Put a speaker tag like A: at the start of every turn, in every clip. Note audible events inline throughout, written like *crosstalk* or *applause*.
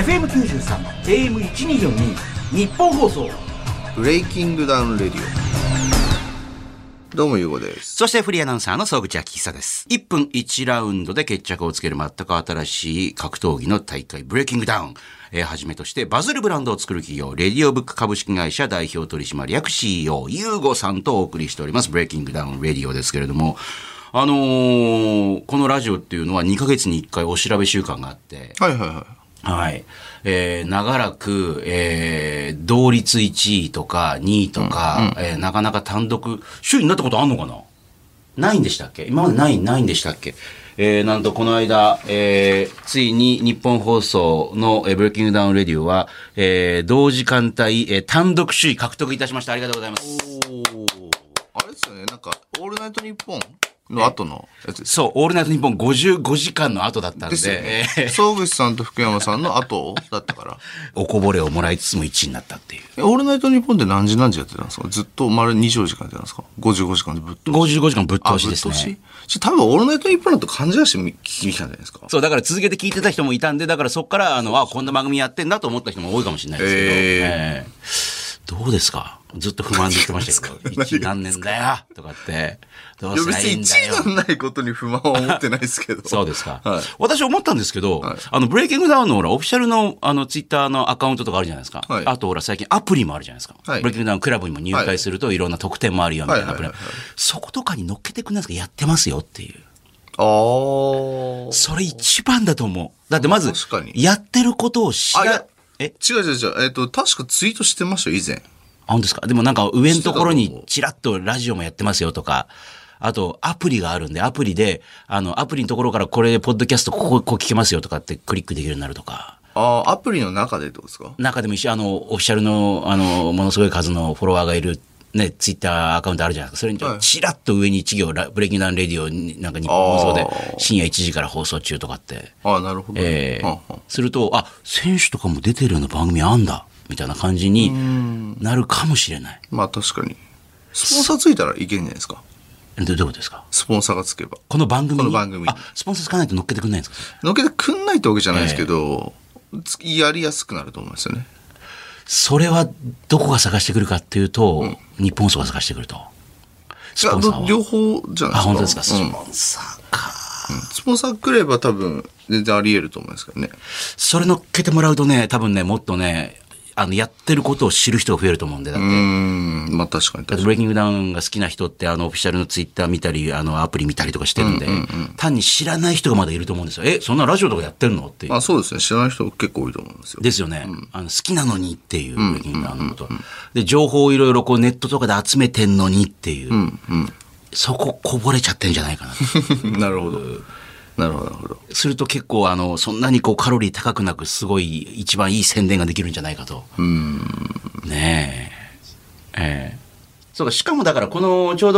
A: FM93 AM1242 日本放送
B: ブレイキングダウンレディオどうもゆうごです
C: そしてフリーアナウンサーの総口秋久です。1分1ラウンドで決着をつける全く新しい格闘技の大会、ブレイキングダウン。えーはじめとして、バズるブランドを作る企業、レディオブック株式会社代表取締役 CEO、ユーゴさんとお送りしております、ブレイキングダウンレディオですけれども、あのーこのラジオっていうのは2ヶ月に1回お調べ週間があって、
B: はいはいは
C: はい。えー長らく、えー同率1位とか2位とか、えーなかなか単独、首位になったことあんのかなないんでしたっけ今までない、ないんでしたっけえーなんとこの間、えーついに日本放送の、えーブレイキングダウンレディオは、えー同時間帯、えー単独首位獲得いたしました。ありがとうございます。
B: あれですよねなんか「オールナイトニッポン」の後のやつです
C: そう、オールナイトニッポン55時間の後だったんで、
B: ですよね
C: えー
B: 総口さんと福山さんの後だったから
C: おこぼれをもらいつつも1位になったっていう。
B: え「オールナイトニッポン」って何時何時やってたんですかずっと丸24時間やってたんですか55時間でぶっ通し
C: 55時間ぶっ
B: あ
C: 通しですね。
B: ぶっ通しちょ多分「オールナイトニッポン」だと勘違いして聞きに来たんじゃないですか
C: そう、だから続けて聞いてた人もいたんで、だからそこから、あの、あ、こんな番組やってんだと思った人も多いかもしれないですけど、
B: え
C: ええどうですかずっと不満で言ってました
B: *laughs*
C: けど、一何年だよとかって、どう
B: いや
C: すりゃ
B: 別
C: いいん
B: に
C: だ
B: 1位
C: よ
B: がないことに不満は思ってないですけど
C: そうです
B: *laughs*
C: か。
B: はい
C: 私思ったんですけど、あの、ブレイキングダウンのほら、オフィシャルの、あの、ツイッターのアカウントとかあるじゃないですか。
B: はい
C: あとほら、最近アプリもあるじゃないですか。
B: はい
C: ブレイキングダウンクラブにも入会すると、いろんな特典もあるよ、みたいなアプリ
B: はいはいはいは。
C: そことかに乗っけてくれないですかやってますよっていう。
B: あー
C: それ一番だと思う。だってまず
B: 確か、に
C: やってることを知
B: あい
C: ら
B: や、
C: え、
B: 違う違う違う。えっ、と、確かツイートしてましたよ、以前。
C: あ、本当ですかでもなんか上のところ
B: 知ってたと思
C: に
B: う
C: ちらっとラジオもやってますよとか、あとアプリがあるんで、アプリで、あの、アプリのところからこれ、ポッドキャストここ、こう聞けますよとかってクリックできるようになるとか、
B: ああ、アプリの中でってことですか
C: 中でも一緒、あの、オフィシャルの、あの、ものすごい数のフォロワーがいる、ね、ツイッターアカウントあるじゃないですか。それにちょ
B: はい
C: ちらっと上に一行、ラブレイキングダウンレディオに、なんか日本放送で
B: あー
C: 深夜1時から放送中とかって。
B: ああ、なるほど、
C: ええ
B: はんはん
C: するとあ選手とかも出てるような番組あんだみたいな感じになるかもしれない
B: まあ確かに。スポンサーついたらいけんじゃないですか。
C: えどどういうことですか
B: スポンサーがつけば。
C: この番組に
B: この番組に
C: あスポンサーつかないと乗っけてくんないんですかそれ
B: のっけてくんないってわけじゃないですけど、つやりやすくなると思うんですよね。
C: それはどこが探してくるかっていうと、日本放送が探してくるとスポンサー
B: い
C: は
B: やど両方じゃないですか。
C: あ本当ですか、
B: うん
C: スポンサーか
B: スポンサーくれば多分、全然あり得ると思うんですけどね。
C: それ乗っけてもらうとね多分ねもっとねあのやってることを知る人が増えると思うんでだって
B: うーん、まあ確かに
C: だって
B: 確か
C: ブレイキングダウンが好きな人って、あの、オフィシャルのツイッター見たり、あの、アプリ見たりとかしてるんで、単に知らない人がまだいると思うんですよ。え、そんなラジオとかやってるのっていう
B: に。あそうですね。知らない人結構多いと思うんですよ。
C: ですよね。あの、好きなのにっていう、ブレイキングダウンのこと。で、情報をいろいろこうネットとかで集めてんのにっていう、そここぼれちゃってんじゃない *laughs* かな。
B: *laughs* なるほど。なるほど、なるほど。
C: すると結構、あの、そんなにこうカロリー高くなく、すごい一番いい宣伝ができるんじゃないかと。ねえ。ええそうか、しかもだから、この、ちょう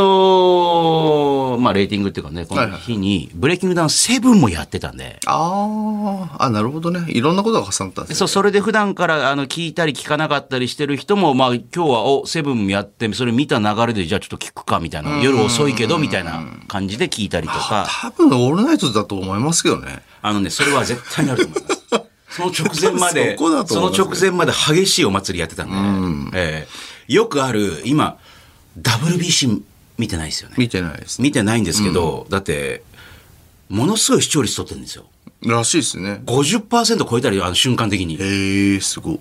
C: ど、まあ、レーティングっていうかね、この日に、ブレイキングダウン7もやってたんで、
B: あーあ、なるほどね。いろんなことが重なったんです
C: そう、
B: ね。
C: それで普段から、あの、聞いたり聞かなかったりしてる人も、まあ、今日は、お、セブンやって、それ見た流れで、じゃあちょっと聞くか、みたいな、夜遅いけど、みたいな感じで聞いたりとか、
B: 多分、オールナイトだと思いますけどね。
C: あのね、それは絶対にあると思い
B: *laughs*
C: ます。その直前まで、
B: そこだと思い
C: の
B: ます
C: 直前まで激しいお祭りやってたんで、ええよくある、今、WBC 見てないですよね。
B: 見てないですね。
C: 見てないんですけど、だって、ものすごい視聴率取ってるんですよ。
B: らしいですね。
C: 50%超えたり、あの瞬間的に。
B: へえ、すごい。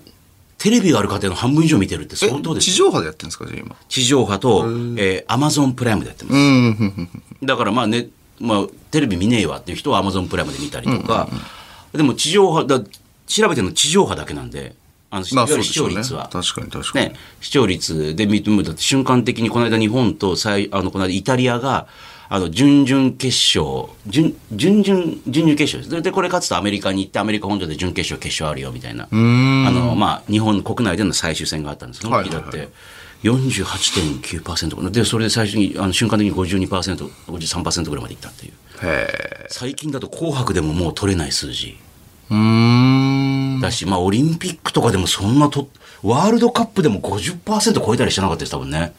C: テレビがある家庭の半分以上見てるって
B: え
C: 相当です
B: 地
C: よ。
B: 上波でやってるんですか、じゃあ今。
C: 地上波と、えー、Amazon プライムでやってます。
B: うんふんふんふん、
C: だからまあね、まあ、テレビ見ねえわっていう人はアマゾンプライムで見たりとか、でも地上波だ調べてるの地上波だけなんであの、
B: ま
C: い
B: あ
C: わゆ
B: そう
C: る
B: で
C: 視
B: し
C: 聴
B: ょうね。
C: 率
B: 確
C: は。
B: かに確かに。
C: ね、視聴率で見てもだって瞬間的にこの間日本と最あのこの間イタリアがあの準々決勝準準々準々決勝ですでこれ勝つとアメリカに行ってアメリカ本土で準決勝決勝あるよみたいなあの、まあ、日本国内での最終戦があったんですその時だっ
B: はいはい
C: て48.9%でそれで最初にあの瞬間的に 52%53% ぐらいまでいったっていう
B: へえ。
C: 最近だと「紅白」でももう取れない数字。
B: うーん。
C: だし、まあ、オリンピックとかでもそんなと、ワールドカップでも50%超えたりしてなかったです、多分ね。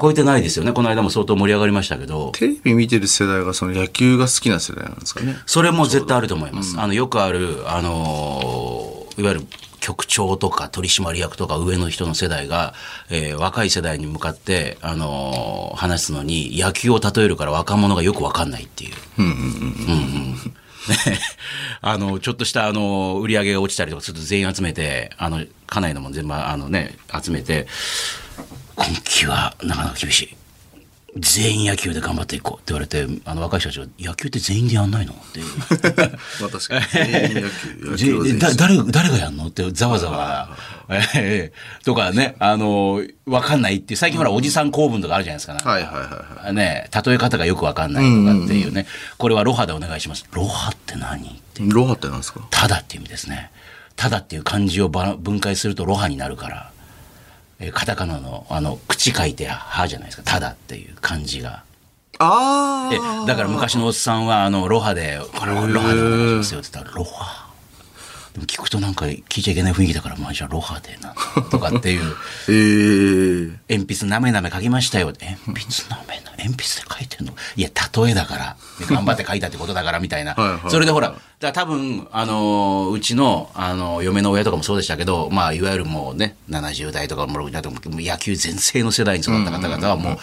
C: 超えてないですよね。この間も相当盛り上がりましたけど。
B: テレビ見てる世代がその野球が好きな世代なんですかね。
C: それも絶対あると思います。あの、よくある、あのーいわゆる局長とか取締役とか上の人の世代が、えー若い世代に向かって、あのー話すのに、野球を例えるから若者がよくわかんないっていう。ね、 *laughs* あの、ちょっとした、あの、売り上げが落ちたりとかすると全員集めて、あの、家内のも全部、あのね、集めて、今季はなかなか厳しい。全員野球で頑張っていこうって言われて、あの、若い人たちが、野球って全員でやんないのっていう。
B: まあ確かに。 *laughs* 全員野球、 *laughs* 野球は全員
C: だ誰誰がやんのってざわざわ、ええとかね、あの、わかんないっていう、最近ほら、おじさん公文とかあるじゃないですか、なんか
B: はいはいはいは
C: ね、例え方がよくわかんないとかっていうね、これはロハでお願いします。ロハって何
B: い。ロハってなんですか
C: ただって意味ですね。ただっていう漢字をばら分解するとロハになるから、えーカタカナの、あの、口書いて歯じゃないですか、ただっていう漢字が。
B: あ
C: えだから昔のおっさんはあのロハで「これはロハでお願いしますよ」って言ったら「ロハ」でも聞くとなんか聞いちゃいけない雰囲気だからまあじゃあロハでなとかっていう
B: えー、
C: 鉛筆なめなめ書きましたよ鉛筆なめな鉛筆で書いてんのいや例えだからで頑張って書いたってことだからみたいな
B: はいはいはい
C: それでほらだから多分あのーうちのあのー嫁の親とかもそうでしたけどまあいわゆるもうね70代とかもう60代とかも野球全盛の世代に育った方々はもう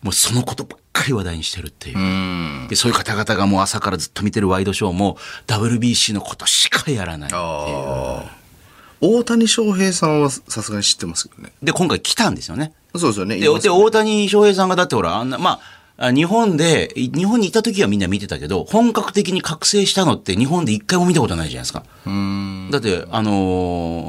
C: もうそのことばっかり話題にしてるっていう。
B: うん。
C: で、そういう方々がもう朝からずっと見てるワイドショーも WBC のことしかやらないっていう。
B: 大谷翔平さんはさすがに知ってますけどね。
C: で、今回来たんですよね。
B: そうですよね。
C: で、
B: 言います
C: で
B: よ
C: 大谷翔平さんがだってほら、あんな、まあ、あ日本で、い日本にいた時はみんな見てたけど、本格的に覚醒したのって日本で一回も見たことないじゃないですか。だって、あの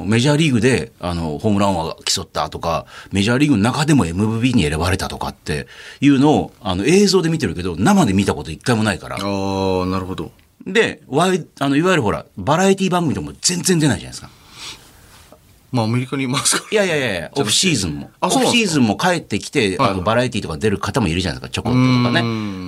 C: ーメジャーリーグで、あのホームラン王が競ったとか、メジャーリーグの中でも MVP に選ばれたとかっていうのを、あの、映像で見てるけど、生で見たこと一回もないから。
B: ああ、なるほど。
C: で、ワイ、あの、いわゆるほら、バラエティ番組でも全然出ないじゃないですか。
B: まあアメリカにいますから。
C: いやいやいや
B: *laughs*
C: いや、オフシーズンも。オ
B: あ
C: フ
B: そうなんですか
C: シーズンも帰ってきて、
B: はい
C: あの、バラエティとか出る方もいるじゃないですか、ちょこっととかね。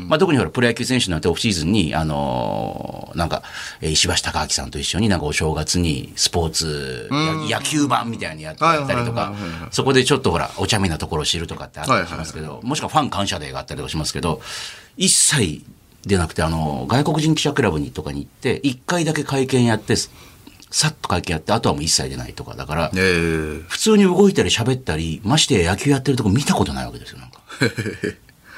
C: まあ、特にほら、プロ野球選手なんてオフシーズンに、あのーなんか、えー石橋貴明さんと一緒になんかお正月にスポーツ、や野球版みたいにやってやったりと
B: はい
C: か
B: はいはいはいはい、
C: そこでちょっとほら、お茶目なところを知るとかってあったりしますけど、もしくはファン感謝デーがあったりとかしますけど、一切出なくて、あの、外国人記者クラブにとかに行って、一回だけ会見やって、さっと会見やって、あとはもう一切出ないとか、だから、 *laughs*
B: ええー。
C: 普通に動いたり喋ったり、ましてや野球やってるとこ見たことないわけですよ、なんか。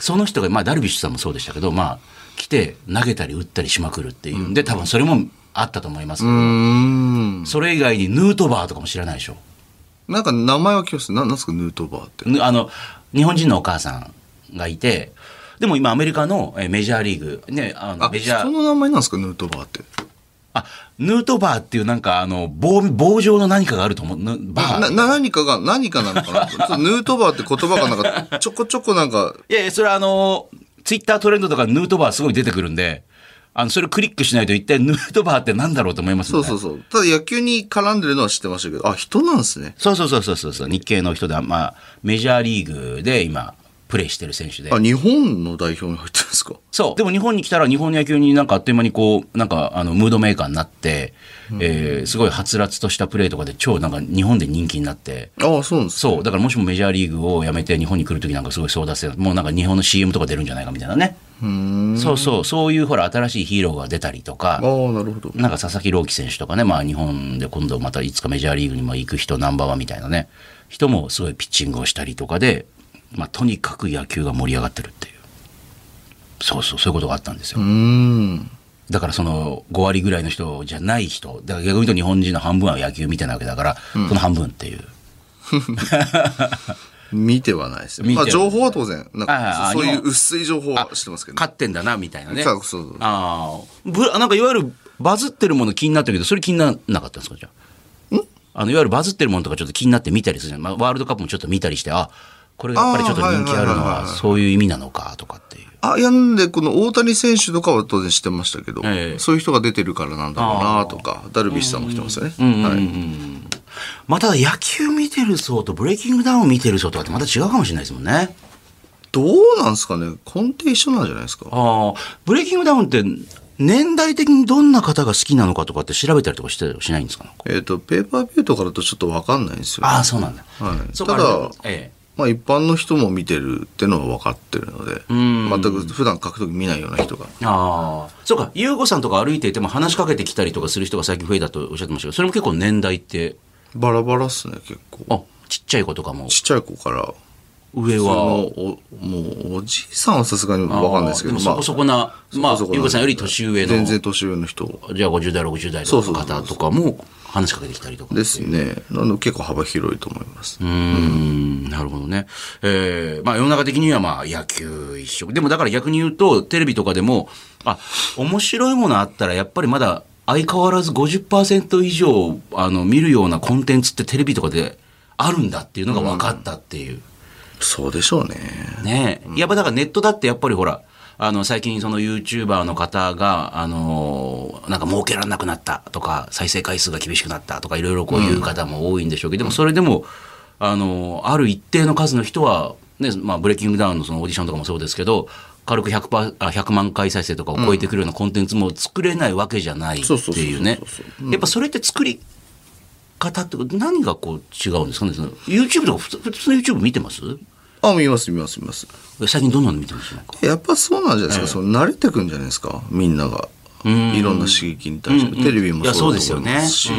C: その人が、まあ、ダルビッシュさんもそうでしたけど、まあ、来て、投げたり打ったりしまくるっていうんで、多分それもあったと思いますけど、
B: *laughs* うーん。
C: それ以外にヌートバーとかも知らないでしょ。
B: なんか名前は聞きます。ななんですか、ヌートバーって。
C: ぬあの、日本人のお母さんがいて、でも今アメリカのえメジャーリーグ、ね、あの
B: あ、
C: メジャ
B: 人
C: ー、
B: の名前なんですか、ヌートバーって。
C: あ、ヌートバーっていうなんかあの、棒、棒状の何かがあると思う。ぬバ
B: な
C: ー。
B: な何かが、何かなのかなちょっとヌ *laughs* ートバーって言葉がなんか、ちょこちょこなんか、
C: いやいや、それはあの、ツイッタートレンドとかヌートバーすごい出てくるんで、あの、それクリックしないと一体ヌートバーってなんだろうと思います
B: そ
C: もん
B: う
C: ね。
B: そうそう。ただ野球に絡んでるのは知ってましたけど、あ、人なんですね。
C: そうそうそうそうそうそう。日系の人で、まあ、メジャーリーグで今、プレーしてる選手で
B: あ、。日本の代表に入ってるんですか。
C: そう。でも日本に来たら日本の野球になんかあっという間にこう、なんかあの、ムードメーカーになって、えーすごいはつらつとしたプレーとかで超なんか日本で人気になって、
B: あそうなんですか。
C: そう。だからもしもメジャーリーグを辞めて日本に来るときなんかすごい争奪戦、もうなんか日本の CM とか出るんじゃないかみたいなね。
B: うーん。
C: そうそう。そういうほら、新しいヒーローが出たりとか
B: あ、あ、なるほど。
C: なんか佐々木朗希選手とかね、まあ、日本で今度またいつかメジャーリーグにも行く人ナンバーワンみたいなね、人もすごいピッチングをしたりとかで、まあ、とにかく野球が盛り上がってるっていう。そうそう、そういうことがあったんですよ。
B: うーん。
C: だからその5割ぐらいの人じゃない人、だから逆に言うと日本人の半分は野球見てないわけだから、この半分っていう。
B: 見てはないですね。
C: 見ては
B: まあ
C: ない
B: 情報は当然、なん
C: あ
B: か
C: あ
B: そうい
C: 日
B: う
C: 本
B: 薄い情報は知ってますけど、ね。
C: 勝ってんだな、みたいなね。
B: そうそうそう
C: ああ。ぶなんかいわゆるバズってるもの気になったけど、それ気にならなかったんですか、じゃあ。あの、いわゆるバズってるものとかちょっと気になって見たりするじゃん。まあ、ワールドカップもちょっと見たりして、あ、これがやっぱりちょっと人気あるの
B: あーはいはいはい
C: は、
B: はい
C: そういう意味なのか、とかっていう。
B: あ、いやんで、この大谷選手とかは当然知ってましたけど、
C: ええ
B: そういう人が出てるからなんだろうなとか、ダルビッシュさんも来てますよね。はい。
C: まあ、ただ野球見てる層とブレイキングダウン見てる層とかってまた違うかもしれないですもんね。
B: どうなんですかね根底一緒なんじゃないですか
C: ああ。ブレイキングダウンって、年代的にどんな方が好きなのかとかって調べたりとかしてしないんですかなんか
B: えっ、と、ペーパービューとかだとちょっとわかんないんですよ、
C: ああ、そうなんだ。
B: はい
C: そう
B: た
C: か
B: だ、
C: ええ。
B: まあ一般の人も見てるってのは分かってるので、
C: ん
B: 全く普段格闘技見ないような人が。
C: ああ。そうか、ゆうごさんとか歩いていても話しかけてきたりとかする人が最近増えたとおっしゃってましたけど、それも結構年代って、
B: バラバラっすね、結構。
C: あ、ちっちゃい子とかも、
B: ちっちゃい子から、
C: 上
B: その
C: は。
B: お、もうおじいさんはさすがに分かんないですけど、
C: あーもそこそこな、まあ
B: そこそこ、な
C: ゆうごさんより年上の、
B: 全然年上の人
C: じゃあ50代、60代
B: そ
C: の
B: うそうそうそう
C: 方とかも話しかけてきたりとか。
B: ですね。なので結構幅広いと思います。
C: うーんなるほどね。えーまあ世の中的にはまあ野球一色。でもだから逆に言うと、テレビとかでも、あ、面白いものあったらやっぱりまだ相変わらず50%以上、あの、見るようなコンテンツってテレビとかであるんだっていうのが分かったっていう。
B: そうでしょうね。
C: ねえ。やっぱだからネットだってやっぱりほら、あの、最近その YouTuber の方が、あのーなんか儲けられなくなったとか、再生回数が厳しくなったとか、いろいろこういう方も多いんでしょうけど、でもそれでも、あのーある一定の数の人は、ね、まあ、ブレイキングダウンのそのオーディションとかもそうですけど、軽く 100, パあ100万回再生とかを超えてくるようなコンテンツも作れないわけじゃないって
B: そうそうそう
C: いうね
B: そうそう。
C: やっぱそれって作り方ってこと何がこう違うんですかねその ?YouTube とか普通普通の YouTube 見てます
B: あ、見ます見ます見ます。
C: 最近どんなの見てますなんか
B: やっぱそうなんじゃないですか。その慣れてくんじゃないですか。みんなが。いろんな刺激に対して。テレビも
C: いや
B: そ
C: そうう
B: だ
C: で
B: と
C: すよ
B: 思いま
C: ね
B: すし。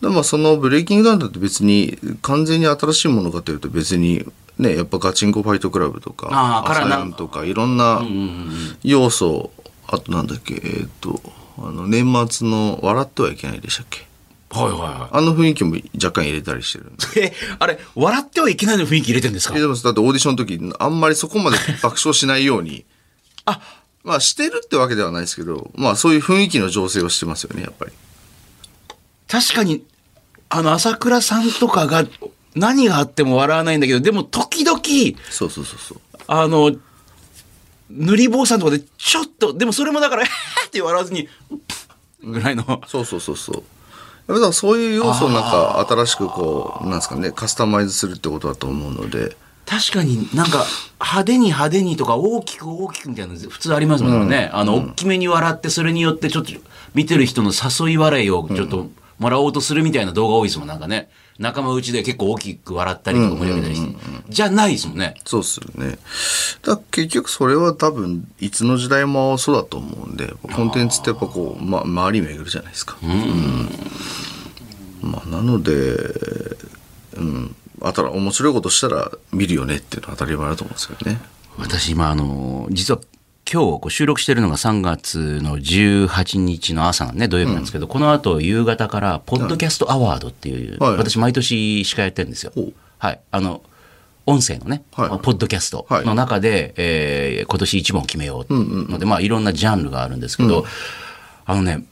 B: でまあそのブレイキングダウンだって別に完全に新しいものかというと別にねやっぱガチンコファイトクラブとか
C: あーからな
B: アサヤンとかいろんな要素あとなんだっけえーっとあの年末の「笑ってはいけない」でしたっけ
C: はいは
B: あの雰囲気も若干入れたりしてるん
C: い
B: で
C: はい。え、あれ、笑ってはいけないの雰囲気入れてるんですか
B: えでもだってオーディションの時あんまりそこまで爆笑しないように
C: *laughs* あ
B: まあしてるってわけではないですけどまあそういう雰囲気の醸成をしてますよねやっぱり
C: 確かに、あの、朝倉さんとかが、何があっても笑わないんだけど、でも時々、
B: そうそうそうそう
C: あの、塗り坊さんとかで、ちょっと、でもそれもだから、 *laughs* えーって笑わずに、ぐらいの。
B: そうそうそうそう。やっぱだからそういう要素をなんか新しくこう、なんですかね、カスタマイズするってことだと思うので、
C: 確かになんか派手に派手にとか大きく大きくみたいなの普通ありますもんね、あの大きめに笑ってそれによってちょっと見てる人の誘い笑いをちょっともらおうとするみたいな動画多いですもんなんかね仲間内で結構大きく笑ったりとか盛り上げたりして、じゃないですもんね
B: そうっすよね。だから結局それは多分、いつの時代もそうだと思うんで、コンテンツってやっぱこう、ま、周り巡るじゃないですか。うんまあ、なので、うん。あたら面白いことしたら見るよねっていうのは当たり前だと思うんですけどね。
C: 私今あの実は今日こう収録してるのが3月の18日の朝ね土曜日なんですけど、この後夕方からポッドキャストアワードっていう、
B: はい
C: 私毎年司会やってるんですよ
B: ほう。
C: はい、あの音声のね、
B: はい
C: ポッドキャストの中で、えー今年一本を決めようっていうので、まあいろんなジャンルがあるんですけど、あのね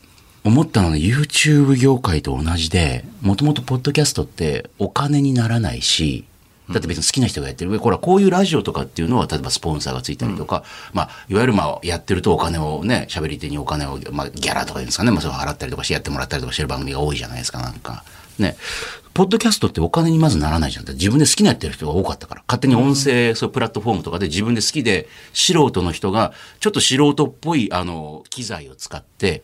C: 思ったのはね YouTube 業界と同じでもともとポッドキャストってお金にならないしだって別に好きな人がやってるこれはこういうラジオとかっていうのは例えばスポンサーがついたりとか、まあ、いわゆるまあやってるとお金をね喋り手にお金を、まあ、ギャラとかいうんですかね、まあ、それを払ったりとかしてやってもらったりとかしてる番組が多いじゃないですかなんか。ね、ポッドキャストってお金にまずならないじゃん。自分で好きなやってる人が多かったから。勝手に音声、そういうプラットフォームとかで自分で好きで、素人の人が、ちょっと素人っぽい、あの、機材を使って、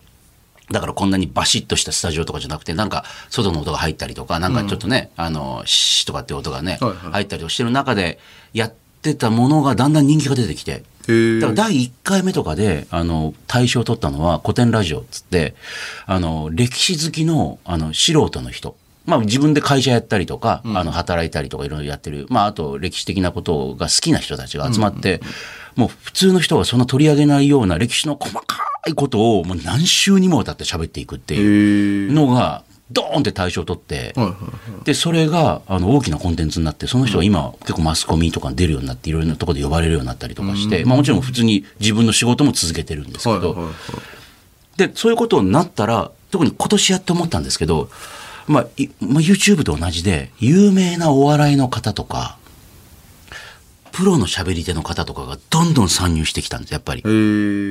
C: だからこんなにバシッとしたスタジオとかじゃなくて、なんか外の音が入ったりとか、なんかちょっとね、あの、シーとかって音がね、
B: はいはい
C: 入ったりとかしてる中でやってたものがだんだん人気が出てきて。
B: へ
C: だから第1回目とかで、あの、大賞を取ったのは古典ラジオっつって、あの、歴史好きの、あの、素人の人。まあ自分で会社やったりとか、あの、働いたりとかいろいろやってる、まああと歴史的なことが好きな人たちが集まって、もう普通の人はそんな取り上げないような歴史の細かいことをもう何週にもわたって喋っていくっていう
B: へえ。
C: のが、ドーンって大賞を取って、
B: はいはい。
C: でそれがあの大きなコンテンツになってその人が今結構マスコミとかに出るようになっていろいろなところで呼ばれるようになったりとかして、まあ、もちろん普通に自分の仕事も続けてるんですけど、
B: はいはいはい。
C: でそういうことになったら特に今年やって思ったんですけど、まあいまあ、YouTube と同じで有名なお笑いの方とかプロの喋り手の方とかがどんどん参入してきたんですやっぱり。
B: へえ。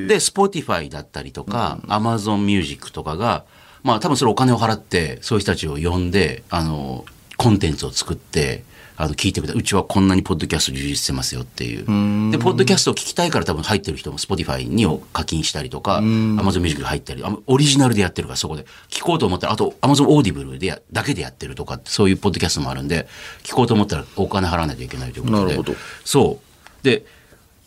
C: で、Spotify だったりとか、Amazon Music とかが、まあ多分それお金を払って、そういう人たちを呼んで、あの、コンテンツを作って、あの聞いてください。うちはこんなにポッドキャスト充実してますよっていう。で、ポッドキャストを聞きたいから多分入ってる人も Spotify にを課金したりとか、Amazon Music 入ったり、あオリジナルでやってるからそこで。聞こうと思ったら、あと Amazon Audible でやだけでやってるとか、そういうポッドキャストもあるんで、聞こうと思ったらお金払わないといけないということで。
B: なるほど
C: そう。で、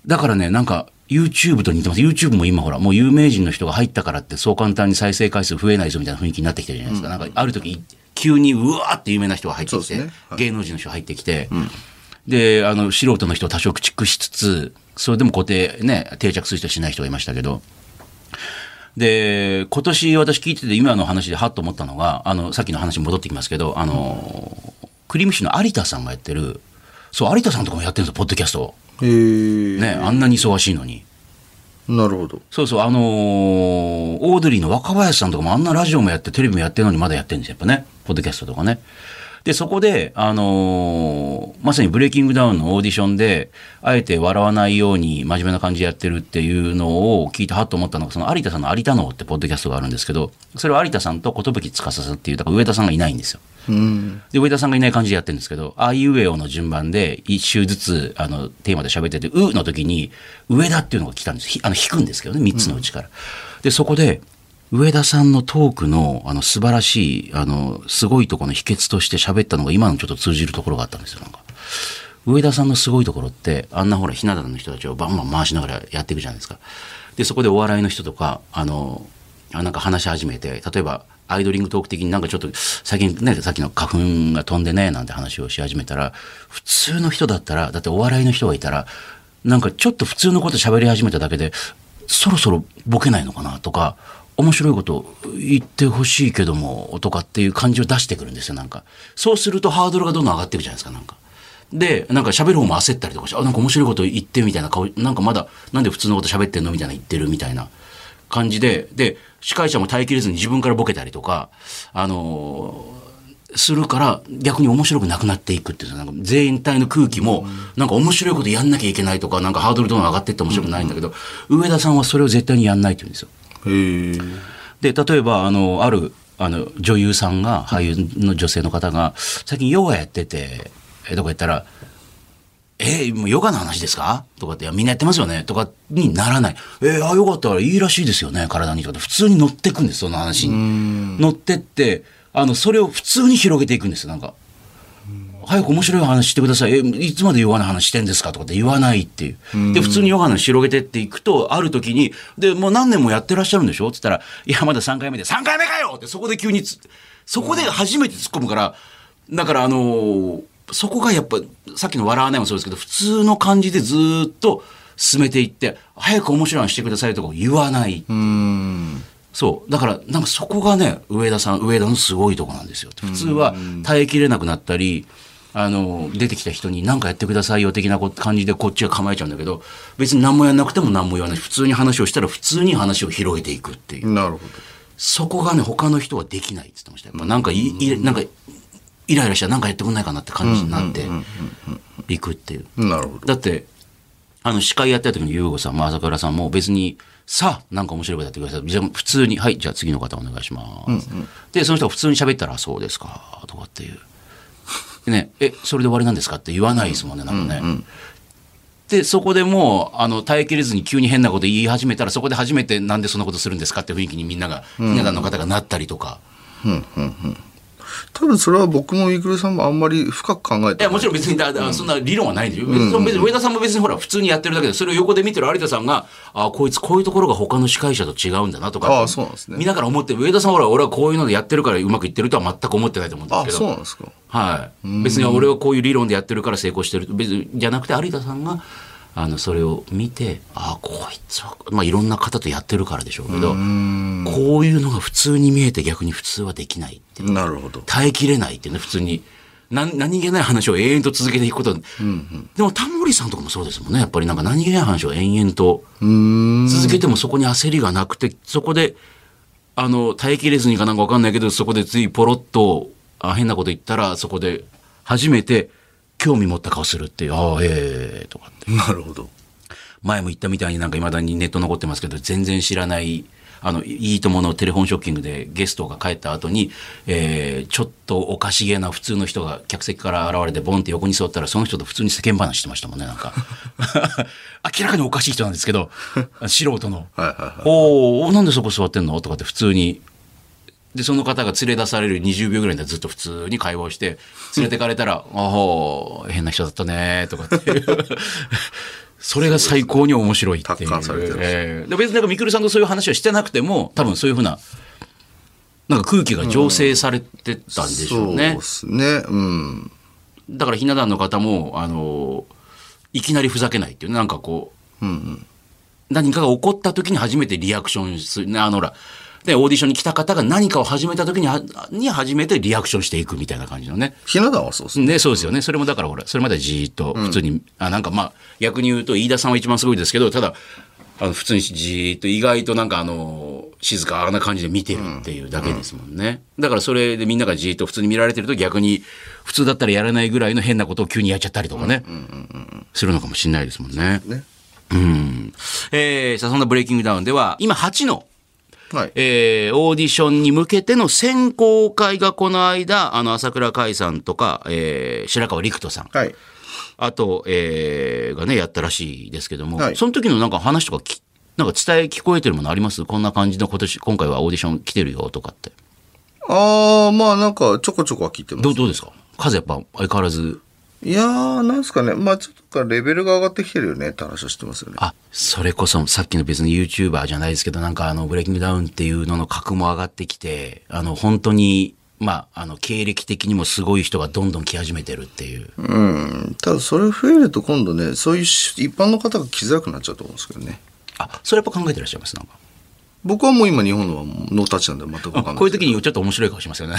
C: だからね、なんか、YouTube と似てます。YouTube も今ほら、もう有名人の人が入ったからって、そう簡単に再生回数増えないぞみたいな雰囲気になってきてるじゃないですか。なんか、ある時、急にうわーって有名な人が入ってき
B: そ
C: て、
B: うですねはい
C: 芸能人の人が入ってきて、で、あの、素人の人を多少駆逐しつつ、それでも固定、ね、定着する人しない人がいましたけど、で、今年私聞いてて今の話でハッと思ったのが、あの、さっきの話に戻ってきますけど、あの、クリームシチューの有田さんがやってる、そう、有田さんとかもやってるんですよ、ポッドキャストを。
B: へえ、
C: ね、あんなに忙しいのに。
B: なるほど
C: そうそう、あのーオードリーの若林さんとかもあんなラジオもやって、テレビもやってるのにまだやってるんですよ、やっぱね。ポッドキャストとかね。で、そこで、あのーまさにブレイキングダウンのオーディションで、あえて笑わないように真面目な感じでやってるっていうのを聞いてはっと思ったのが、その有田さんの有田能ってポッドキャストがあるんですけど、それは有田さんと寿司さんっていう、だから上田さんがいないんですよ。
B: うん
C: で、上田さんがいない感じでやってるんですけど、あいうえおの順番で、一周ずつ、あの、テーマで喋ってて、うの時に、上田っていうのが来たんです。ひあの、引くんですけどね、三つのうちから。で、そこで、上田さんのトークの、あの、素晴らしい、あの、すごいところの秘訣として喋ったのが、今のちょっと通じるところがあったんですよ、なんか。上田さんのすごいところってあんなほらひな壇の人たちをバンバン回しながらやっていくじゃないですかでそこでお笑いの人とかあのあなんか話し始めて例えばアイドリングトーク的になんかちょっと最近ねさっきの花粉が飛んでねなんて話をし始めたら普通の人だったらだってお笑いの人がいたらなんかちょっと普通のこと喋り始めただけでそろそろボケないのかなとか面白いこと言ってほしいけどもとかっていう感じを出してくるんですよなんかそうするとハードルがどんどん上がっていくじゃないですかなんかで、なんか喋る方も焦ったりとかして、あ、なんか面白いこと言ってみたいな顔、なんかまだ、なんで普通のこと喋ってんのみたいな言ってるみたいな感じで、で、司会者も耐えきれずに自分からボケたりとか、あのーするから逆に面白くなくなっていくっていうなんか全体の空気もなんか面白いことやんなきゃいけないとかなんかハードルどんどん上がってって面白くないんだけど、上田さんはそれを絶対にやんないって言うんですよ。
B: へえ
C: で例えばあのあるあの女優さんが俳優の女性の方が最近ヨガやっててえとか言ったら「えもうヨガの話ですか?」とかっていや「みんなやってますよね」とかにならない「えあヨガってあれいいらしいですよね体に」とかって普通に乗ってくんですその話に乗ってってあのそれを普通に広げていくんですよなんか。早く面白い話してください。え、いつまでヨガの話してんですかとかって言わないっていう。で、普通にヨガの話広げてっていくと、ある時に、で、もう何年もやってらっしゃるんでしょって言ったら、いや、まだ3回目で、3回目かよってそこで急につ、そこで初めて突っ込むから、だからあのーそこがやっぱ、さっきの笑わないもそうですけど、普通の感じでずーっと進めていって、早く面白い話してくださいとかを言わない。
B: うん
C: そう。だから、なんかそこがね、上田さん、上田のすごいとこなんですよ。普通は耐えきれなくなったり、あの、出てきた人に何かやってくださいよ的なこ感じでこっちが構えちゃうんだけど、別に何もやんなくても何も言わない。普通に話をしたら普通に話を広げていくっていう。
B: なるほ
C: そこがね、他の人はできないって言ってましたよ。まあ、なんかい、いなんか、イライラしたら何かやってくんないかなって感じになっていくっていう。
B: どなるほど
C: だって、あの、司会やってた時の優吾さんも朝倉さんも別に、さあ、なんか面白いことやってください。じゃあ普通に、はい、じゃあ次の方お願いします。で、その人が普通に喋ったら、あそうですか、とかっていう。でね、え、それで終わりなんですかって言わないですもんね、なんかね。で、そこでもう、あの、耐えきれずに急に変なこと言い始めたら、そこで初めてなんでそんなことするんですかって雰囲気にみんなが、ひな壇の方がなったりとか。
B: 多分それは僕もイクルさんもあんまり深く考え
C: い
B: て
C: や、
B: ない
C: もちろん別にだ、だそんな理論はないんですよ。別に別に上田さんも別にほら、普通にやってるだけで、それを横で見てる有田さんが、あ、こいつこういうところが他の司会者と違うんだなとか、
B: あそうなんですね
C: 見ながら思って、上田さんはほら、俺はこういうのでやってるからうまくいってるとは全く思ってないと思うんです
B: あ
C: けど。
B: そうなんですか
C: はい。別に俺はこういう理論でやってるから成功してる。別にじゃなくて有田さんが、あの、それを見て、あ、こいつは、まあ、いろんな方とやってるからでしょうけど、こういうのが普通に見えて逆に普通はできないっていう
B: なるほど
C: 耐えきれないっていうね普通にな何気ない話を永遠と続けていくこと、でもタモリさんとかもそうですもんねやっぱりなんか何気ない話を延々と
B: うーん
C: 続けてもそこに焦りがなくてそこであの耐えきれずにかなんか分かんないけどそこでついポロッとあ変なこと言ったらそこで初めて興味持った顔するっていうああええとかって
B: なるほど
C: 前も言ったみたいになんか未だにネット残ってますけど全然知らないあの、いいとものテレフォンショッキングでゲストが帰った後に、えーちょっとおかしげな普通の人が客席から現れてボンって横に座ったら、その人と普通に世間話してましたもんね、なんか。明らかにおかしい人なんですけど、素人の。
B: はいはいはい。
C: おーおーなんでそこ座ってんのとかって普通に。で、その方が連れ出される20秒ぐらいでずっと普通に会話をして、連れてかれたら、ああ、変な人だったね、とかっていう。それが最高に面白いっていう。
B: 達観されてる
C: えーで別になんかみくるさんとそういう話をしてなくても、多分そういうふうな、なんか空気が醸成されてたんでしょう
B: そう
C: ね
B: で。すね。うん。
C: だからひな壇の方も、あの、いきなりふざけないっていうね、なんかこう、
B: うん
C: 何かが起こった時に初めてリアクションするね。あのほら、で、オーディションに来た方が何かを始めた時には、に初めてリアクションしていくみたいな感じのね。
B: ひな壇はそうですね。
C: で、そうですよね。それもだからほら、それまでじーっと、普通に、あ、なんかまあ、逆に言うと、飯田さんは一番すごいですけど、ただ、あの、普通にじーっと、意外となんかあの、静かな感じで見てるっていうだけですもんね。だからそれでみんながじーっと普通に見られてると逆に、普通だったらやらないぐらいの変なことを急にやっちゃったりとかね、するのかもしれないですもんね。
B: ね。
C: うん。えー、さあそんなブレイキングダウンでは、今8の、
B: はい。
C: えーオーディションに向けての選考会がこの間、あの、朝倉海さんとか、えー白川陸人さん、
B: はい。
C: あと、えーがね、やったらしいですけども、
B: はい
C: その時のなんか話とかき、なんか伝え聞こえてるものありますこんな感じの今年、今回はオーディション来てるよとかって。
B: あー、まあなんかちょこちょこは聞いてます
C: どう、。どうですか数やっぱ相変わらず、
B: いやー、なんすかね。まあちょっとレベルが上がってきてるよねって話をしてますよね。
C: あ、それこそさっきの別に YouTuber じゃないですけど、なんかあの、ブレイキングダウンっていうのの格も上がってきて、あの、本当に、まあ、あの、経歴的にもすごい人がどんどん来始めてるっていう。
B: うん。ただそれ増えると今度ね、そういうし一般の方が来づらくなっちゃうと思うんですけどね。
C: あ、それやっぱ考えてらっしゃいますなんか。
B: 僕はもう今日本のはノータッチなんで全くわかんない。
C: こういう時にちょっと面白い顔しますよ *laughs* ね。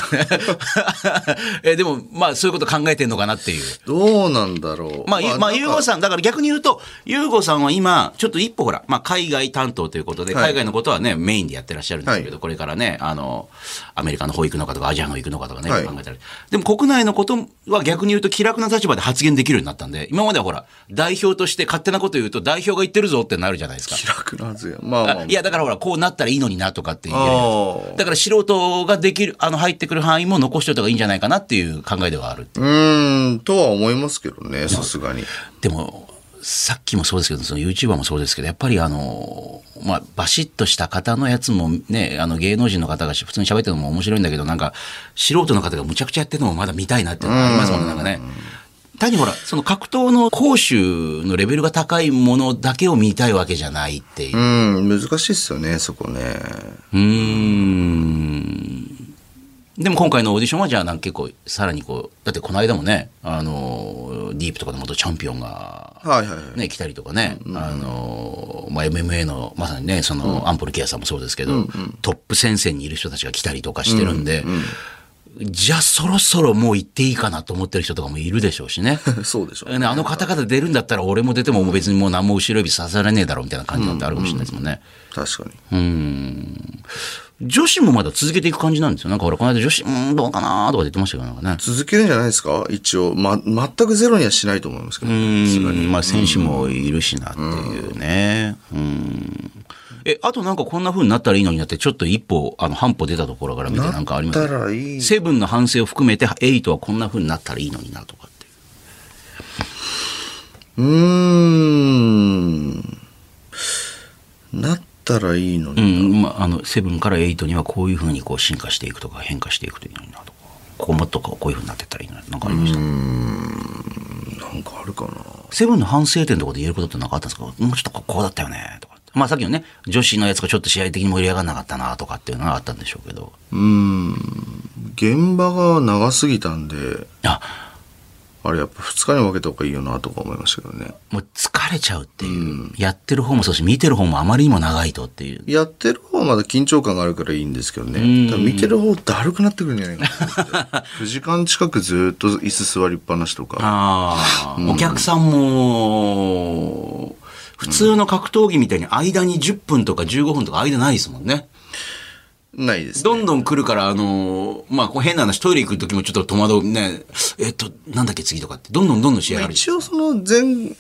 C: えでも、まあ、そういうこと考えてんのかなっていう。
B: どうなんだろう。
C: まあ、ゆまあ、ゆうご
B: んか。
C: さん、だから逆に言うと、ゆうごさんは今、ちょっと一歩ほら、まあ、海外担当ということで、
B: はい
C: 海外のことはね、メインでやってらっしゃるんですけど、
B: は
C: これからね、あの、アメリカの方行くのかとか、アジアの方行くのかとかね、
B: はい
C: 考えたり。でも国内のことは逆に言うと気楽な立場で発言できるようになったんで、今まではほら、代表として勝手なこと言うと、代表が言ってるぞってなるじゃないですか。
B: 気楽なはずや。まあまあ、ま
C: あ
B: あ、
C: いや、だからほら、こうなったらいいのになとかって言える
B: あー
C: だから素人ができる、あの、入ってくる範囲も残しておいた方がいいんじゃないかなっていう考えではある。
B: うーん、とは思いますけどね、さすがに。
C: でもさっきもそうですけどその YouTuber もそうですけどやっぱりあのまあバシッとした方のやつもねあの芸能人の方がし普通に喋ってるのも面白いんだけどなんか素人の方がむちゃくちゃやってるのもまだ見たいなっていうのがありますもんねなんかね。単にほらその格闘の講習のレベルが高いものだけを見たいわけじゃないっていう
B: う。ん、難しいっすよね、そこね。
C: うーんでも今回のオーディションはじゃあなんか結構さらにこうだってこの間もねあのディープとかの元チャンピオンが
B: はいはいはい。
C: ね、来たりとかね、あのまあ、MMA のまさにねそのアンポルケアさんもそうですけど、トップ戦線にいる人たちが来たりとかしてるんで、じゃあそろそろもう行っていいかなと思ってる人とかもいるでしょうしね。
B: *laughs* そうでしょう、
C: ねあの方々出るんだったら俺も出てももう別にもう何も後ろ指刺されねえだろうみたいな感じなんてあるかもしれないですもんね。
B: 確かに。
C: うん女子もまだ続けていく感じなんですよ。なんかほら、この間女子、うーん、どうかなーとか言ってましたけど、なんかね。
B: 続けるんじゃないですか一応。ま、全くゼロにはしないと思いますけど。
C: うん、まあ選手もいるしなっていうね。うん。え、あとなんかこんな風になったらいいのになって、ちょっと一歩、あの、半歩出たところから見てなんかあります
B: なったらいい
C: セブンの反省を含めて、エイトはこんな風になったらいいのになとかっていう。
B: うーん。なったらいいの
C: う
B: に。
C: ん、まあ、あの、セブンからエイトにはこういう風にこう進化していくとか変化していくといいのになとか、ここもっとこうこういう風になってったらいいのにななんかありました。
B: なんかあるかな。
C: セブンの反省点とかで言えることってなかったんですかもうちょっとここうだったよねとかって。まあさっきのね、女子のやつがちょっと試合的に盛り上がらなかったなとかっていうのがあったんでしょうけど。
B: うーん。現場が長すぎたんで、
C: あ、
B: あれやっぱ2日に分けた方がいいよなとか思いましたけどね。
C: もう疲れちゃうっていう、やってる方もそうし見てる方もあまりにも長いとっていう
B: やってる方はまだ緊張感があるからいいんですけど
C: うん
B: ね。ただ見てる方だるくなってくるんじゃないかなと思って。9時間近くずっと椅子座りっぱなしとか。
C: ああ、お客さんも普通の格闘技みたいに間に10分とか15分とか間ないですもんね
B: ないです。
C: どんどん来るからあのーまあこう変な話トイレ行く時もちょっと戸惑うねえっとなんだっけ次とかってどんどんどんどん試合ある
B: 一応その前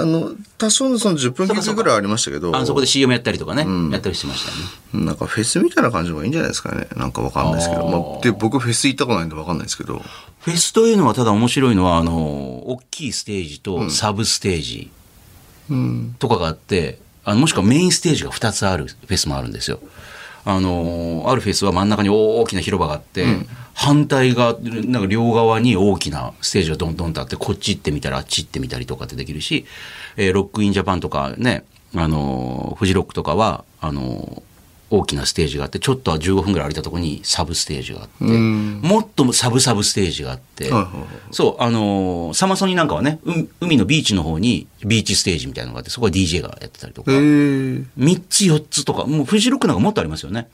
B: あの、多少のその10分
C: そうか
B: 休
C: そう
B: 憩
C: か
B: ぐらいありましたけど、
C: あそこで CM やったりとかね、やったりしてましたよね。
B: なんかフェスみたいな感じもいいんじゃないですかね。なんかわかんないですけど。
C: あー
B: まあ、で、僕フェス行ったことないんでわかんないですけど。
C: フェスというのはただ面白いのは、あの、大きいステージとサブステージ
B: うん。
C: とかがあって、あのもしくはメインステージが2つあるフェスもあるんですよ。あの、あるフェスは真ん中に大きな広場があって、反対側、なんか両側に大きなステージがどんどんとあって、こっち行ってみたり、あっち行ってみたりとかってできるし、えーロックインジャパンとかね、あの、フジロックとかは、あの、大きなステージがあって、ちょっとは15分ぐらい歩いたところにサブステージがあって、
B: ん
C: もっともサブサブステージがあって、
B: はいはいはい
C: そう、あのーサマソニなんかはね、う海のビーチの方にビーチステージみたいなのがあって、そこは DJ がやってたりとか、
B: へえ
C: 3
B: ー。
C: つ4つとか、もうフジロックなんかもっとありますよね。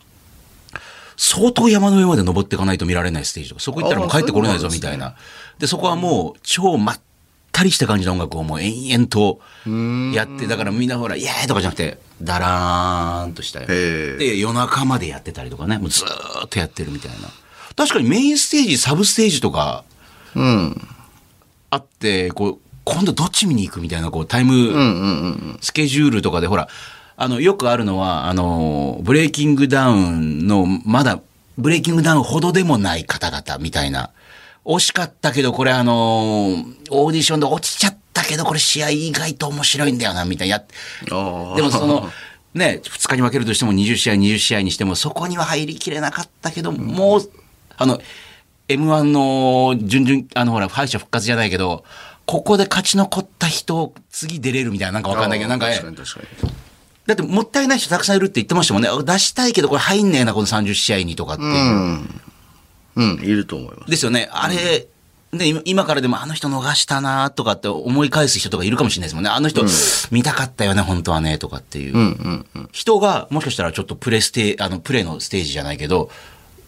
C: 相当山の上まで登っていかないと見られないステージとか、そこ行ったらもう
B: あ
C: 帰ってこれないぞ
B: そう
C: み
B: いうの
C: た
B: もあ
C: い
B: るんですね
C: な。で、そこはもう超まったりした感じの音楽をもう延々と
B: ん
C: やって、だからみんなほら、イエーイとかじゃなくて、だらーんとしたよ。
B: へー
C: で、夜中までやってたりとかね、もうずーっとやってるみたいな。確かにメインステージ、サブステージとか、
B: うん。
C: あって、こう、今度どっち見に行くみたいな、こう、タイ
B: う
C: ム
B: んうんうん。
C: スケジュールとかで、ほら、あの、よくあるのは、あの、ブレイキングダウンの、まだ、ブレイキングダウンほどでもない方々みたいな。惜しかったけど、これあの、オーディションで落ちちゃったけど、これ試合意外と面白いんだよな、みたいな。や
B: あ
C: *laughs*
B: あ。
C: でもそ
B: *laughs*
C: の、ね、2日に分けるとしても20試合、20試合にしても、そこには入りきれなかったけど、もう、あの、M1 の準々、あの、ほら、敗者復活じゃないけど、ここで勝ち残った人、次出れるみたいな、なんかわかんないけど、なんか、
B: あー確かに確かに。
C: だってもったいない人たくさんいるって言ってましたもんね。あ出したいけど、これ入んねえな、この30試合にとかっていう。
B: うん。うん、いると思います。
C: ですよね。あれ、ね、今今からでもあの人逃したなとかって思い返す人とかいるかもしれないですもんね。あの人、見たかったよね、本当はね、とかっていう。
B: うんうんうん。
C: 人がもしかしたらちょっとプレステあのプレのステージじゃないけど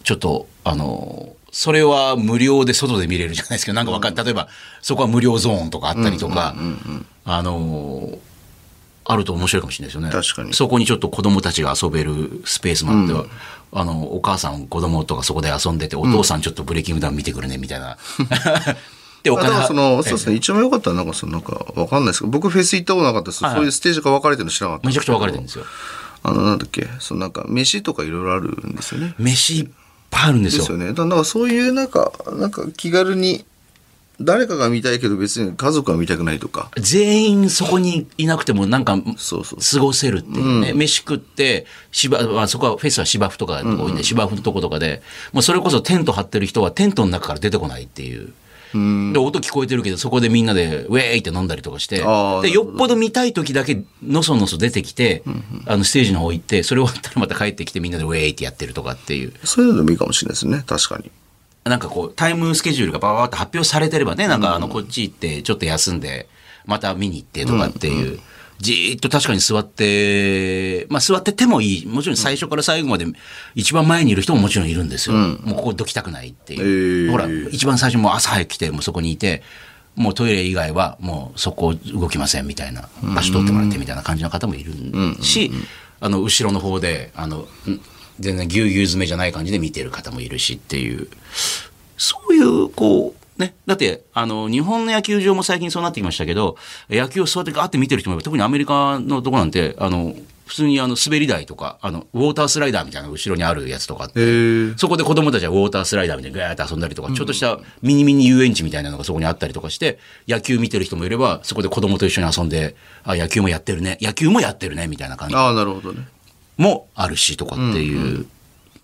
C: ちょっとあのそれは無料で外で見れるじゃないですけどなんかわかん例えばそこは無料ゾーンとかあったりとか、あのあると面白いかもしれないですよね
B: 確かに
C: そこにちょっと子供たちが遊べるスペースもあって、あのお母さん子供とかそこで遊んでてお父さんちょっとブレイキングダウン見てくるねみた
B: *laughs*
C: いな。でお
B: あだ
C: 金
B: から
C: は
B: その、そうですね、一番良かったのは、なんかその、なんか、わかんないですけど、僕フェス行ったことなかったです、
C: はい
B: そういうステージが分かれてるの知らなかった。
C: めちゃくちゃ分かれてるんですよ。
B: あの、なんだっけ、そのなんか、飯とかいろいろあるんですよね。
C: 飯いっぱいあるんです
B: で
C: よ
B: すよね。だからなんかそういう、なんか、なんか気軽に、誰かが見たいけど別に家族は見たくないとか。
C: 全員そこにいなくてもなんか
B: そうそう
C: 過ごせるっていうね、飯食って芝、まあ、そこはフェスは芝生とかが多いんで芝生のとことかでもうそれこそテント張ってる人はテントの中から出てこないっていう。で音聞こえてるけどそこでみんなでウェーイって飲んだりとかして
B: あー
C: で
B: なる
C: よ
B: ほど
C: っぽど見たい時だけのそのそ出てきて、あのステージの方行ってそれ終わったらまた帰ってきてみんなでウェーイってやってるとかっていう
B: そういうのでもいいかもしれないですね、確かに。
C: なんかこう、タイムスケジュールがババーって発表されてればね、なんかあの、こっち行って、ちょっと休んで、また見に行ってとかっていう、じーっと確かに座って、まあ座っててもいい。もちろん最初から最後まで、一番前にいる人ももちろんいるんですよ。もうここどきたくないってい
B: へ
C: う。
B: ー
C: ほら、一番最初もう朝早く来て、もうそこにいて、もうトイレ以外はもうそこ動きませんみたいな、場所取ってもらってみたいな感じの方もいるし、あの、後ろの方で、あの、ん全然ぎゅうぎゅう詰めじゃない感じで見てる方もいるしっていう、そういう、こう、ね。だって、あの、日本の野球場も最近そうなってきましたけど、野球を座ってガーって見てる人もいれば、特にアメリカのとこなんて、あの、普通にあの、滑り台とか、あの、ウォータースライダーみたいなのが後ろにあるやつとかあって
B: へえ。
C: そこで子供たちはウォータースライダーみたいにガーッと遊んだりとか、ちょっとしたミニミニ遊園地みたいなのがそこにあったりとかして、野球見てる人もいれば、そこで子供と一緒に遊んで、あ、野球もやってるね、野球もやってるね、みたいな感じ
B: ああ、なるほどね。
C: もあるしとかっていう。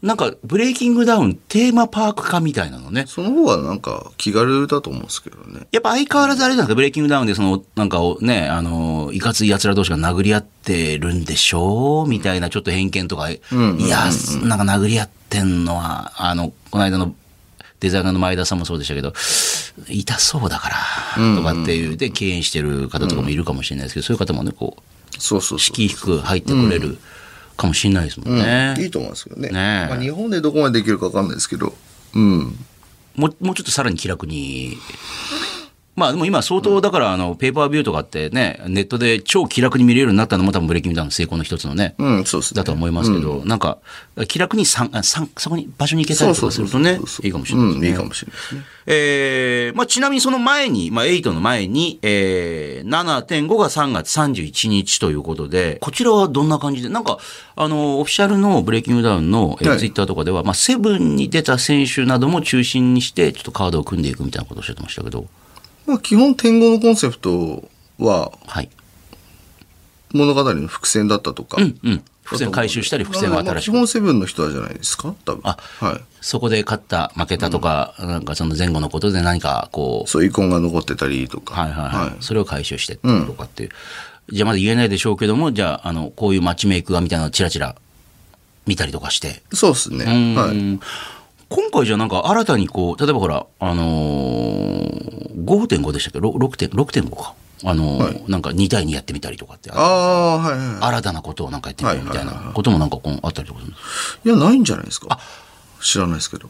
C: なんか、ブレイキングダウンテーマパーク化みたいなのね。
B: その方がなんか気軽だと思うんですけどね。
C: やっぱ相変わらずあれじゃないですか、ブレイキングダウンでその、なんかをね、あの、いかつい奴ら同士が殴り合ってるんでしょうみたいなちょっと偏見とか、いや、なんか殴り合ってんのは、あの、この間のデザイナーの前田さんもそうでしたけど、痛そうだから、とかっていう、で、敬遠してる方とかもいるかもしれないですけど、そういう方もね、こう、
B: そうそうそう。
C: 敷居低く入ってくれるかもしれないですもんね。
B: いいと思うんですけどね。
C: ねえ
B: まあ、日本でどこまでできるかわかんないですけど。うん。
C: もうもうちょっとさらに気楽にまあでも今相当だからあのペーパービューとかってね、ネットで超気楽に見れるようになったのも多分ブレイキングダウンの成功の一つのね、
B: うん、そうですね。
C: だと思いますけど、なんか気楽にさんあさんそこに場所に行けた
B: そ
C: り
B: う
C: と
B: そ
C: か
B: う
C: す
B: そう
C: るとね
B: そう、そう
C: いいかもしれないです
B: うん、
C: ね。
B: いいかもしれないですね。
C: えーまあ、ちなみにその前に、まあ、8の前に、えー、7.5が3月31日ということで、こちらはどんな感じで、なんか、あの、オフィシャルのブレイキングダウンの、えー
B: はい
C: ツイッターとかでは、まあ、セブンに出た選手なども中心にして、ちょっとカードを組んでいくみたいなことをおっしゃってましたけど、
B: まあ、基本、天狗のコンセプトは、
C: はい。
B: 物語の伏線だったとか。
C: うん、うん。伏線回収したり、伏線を
B: まあまあ
C: 新し
B: 基
C: く。
B: 本セブンの人はじゃないですか多分。
C: あ
B: はい。
C: そこで勝った、負けたとか、なんかその前後のことで何か、こう、
B: そう、遺恨が残ってたりとか。
C: はいはいはい。
B: はい
C: それを回収してっていうとかっていう。じゃあまだ言えないでしょうけども、じゃあ、あの、こういうマッチメイクがみたいなのをチラチラ見たりとかして。
B: そうですね。
C: う
B: はい。
C: ん今回じゃあなんか新たにこう、例えばほら、あのー、5.5でしたっけ ?6.5 か。あのーなんか2対2やってみたりとかって。
B: ああ、はいはいは
C: 新たなことをなんかやってみようみたい
B: はいはい
C: なこともなんかこうあったりとかするんです
B: い。いや、ないんじゃないですか。知らないですけど。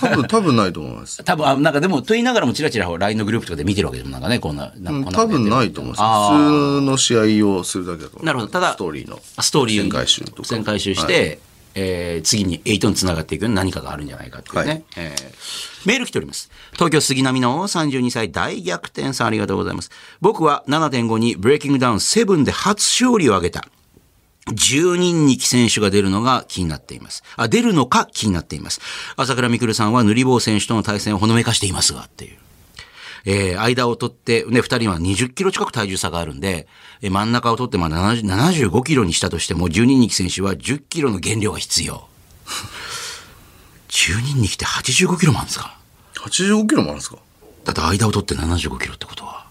B: 多分、多分ないと思い
C: *laughs*
B: ます。
C: 多分あなんかでも、と言いながらもチラチラほら LINE のグループとかで見てるわけでもなんかね、こんな、な
B: うんん
C: かこんなこ
B: 多
C: とやってるみた
B: 分
C: な
B: ないと思い
C: あ
B: ま
C: ー
B: す。普通の試合をするだけだから。
C: なるほどただ
B: ストーリーの。
C: ストーリー
B: 伏線回収とか
C: 伏線回収して、えー次に8につながっていく何かがあるんじゃないかっていうね、
B: はい
C: えーメール来ております東京杉並の32歳大逆転さんありがとうございます僕は7.5にブレイキングダウン7で初勝利を挙げた10人に選手が出るのが気になっています。あ、出るのか気になっています。朝倉未来さんは塗り棒選手との対戦をほのめかしていますが、っていう。えー間を取って、ね、二人は20キロ近く体重差があるんで、えー真ん中を取って、まあ、70 75キロにしたとしても、12人期選手は10キロの減量が必要。10人期って85キロもあるんですか
B: 85キロもあるんですか
C: だって間を取って75キロってことは、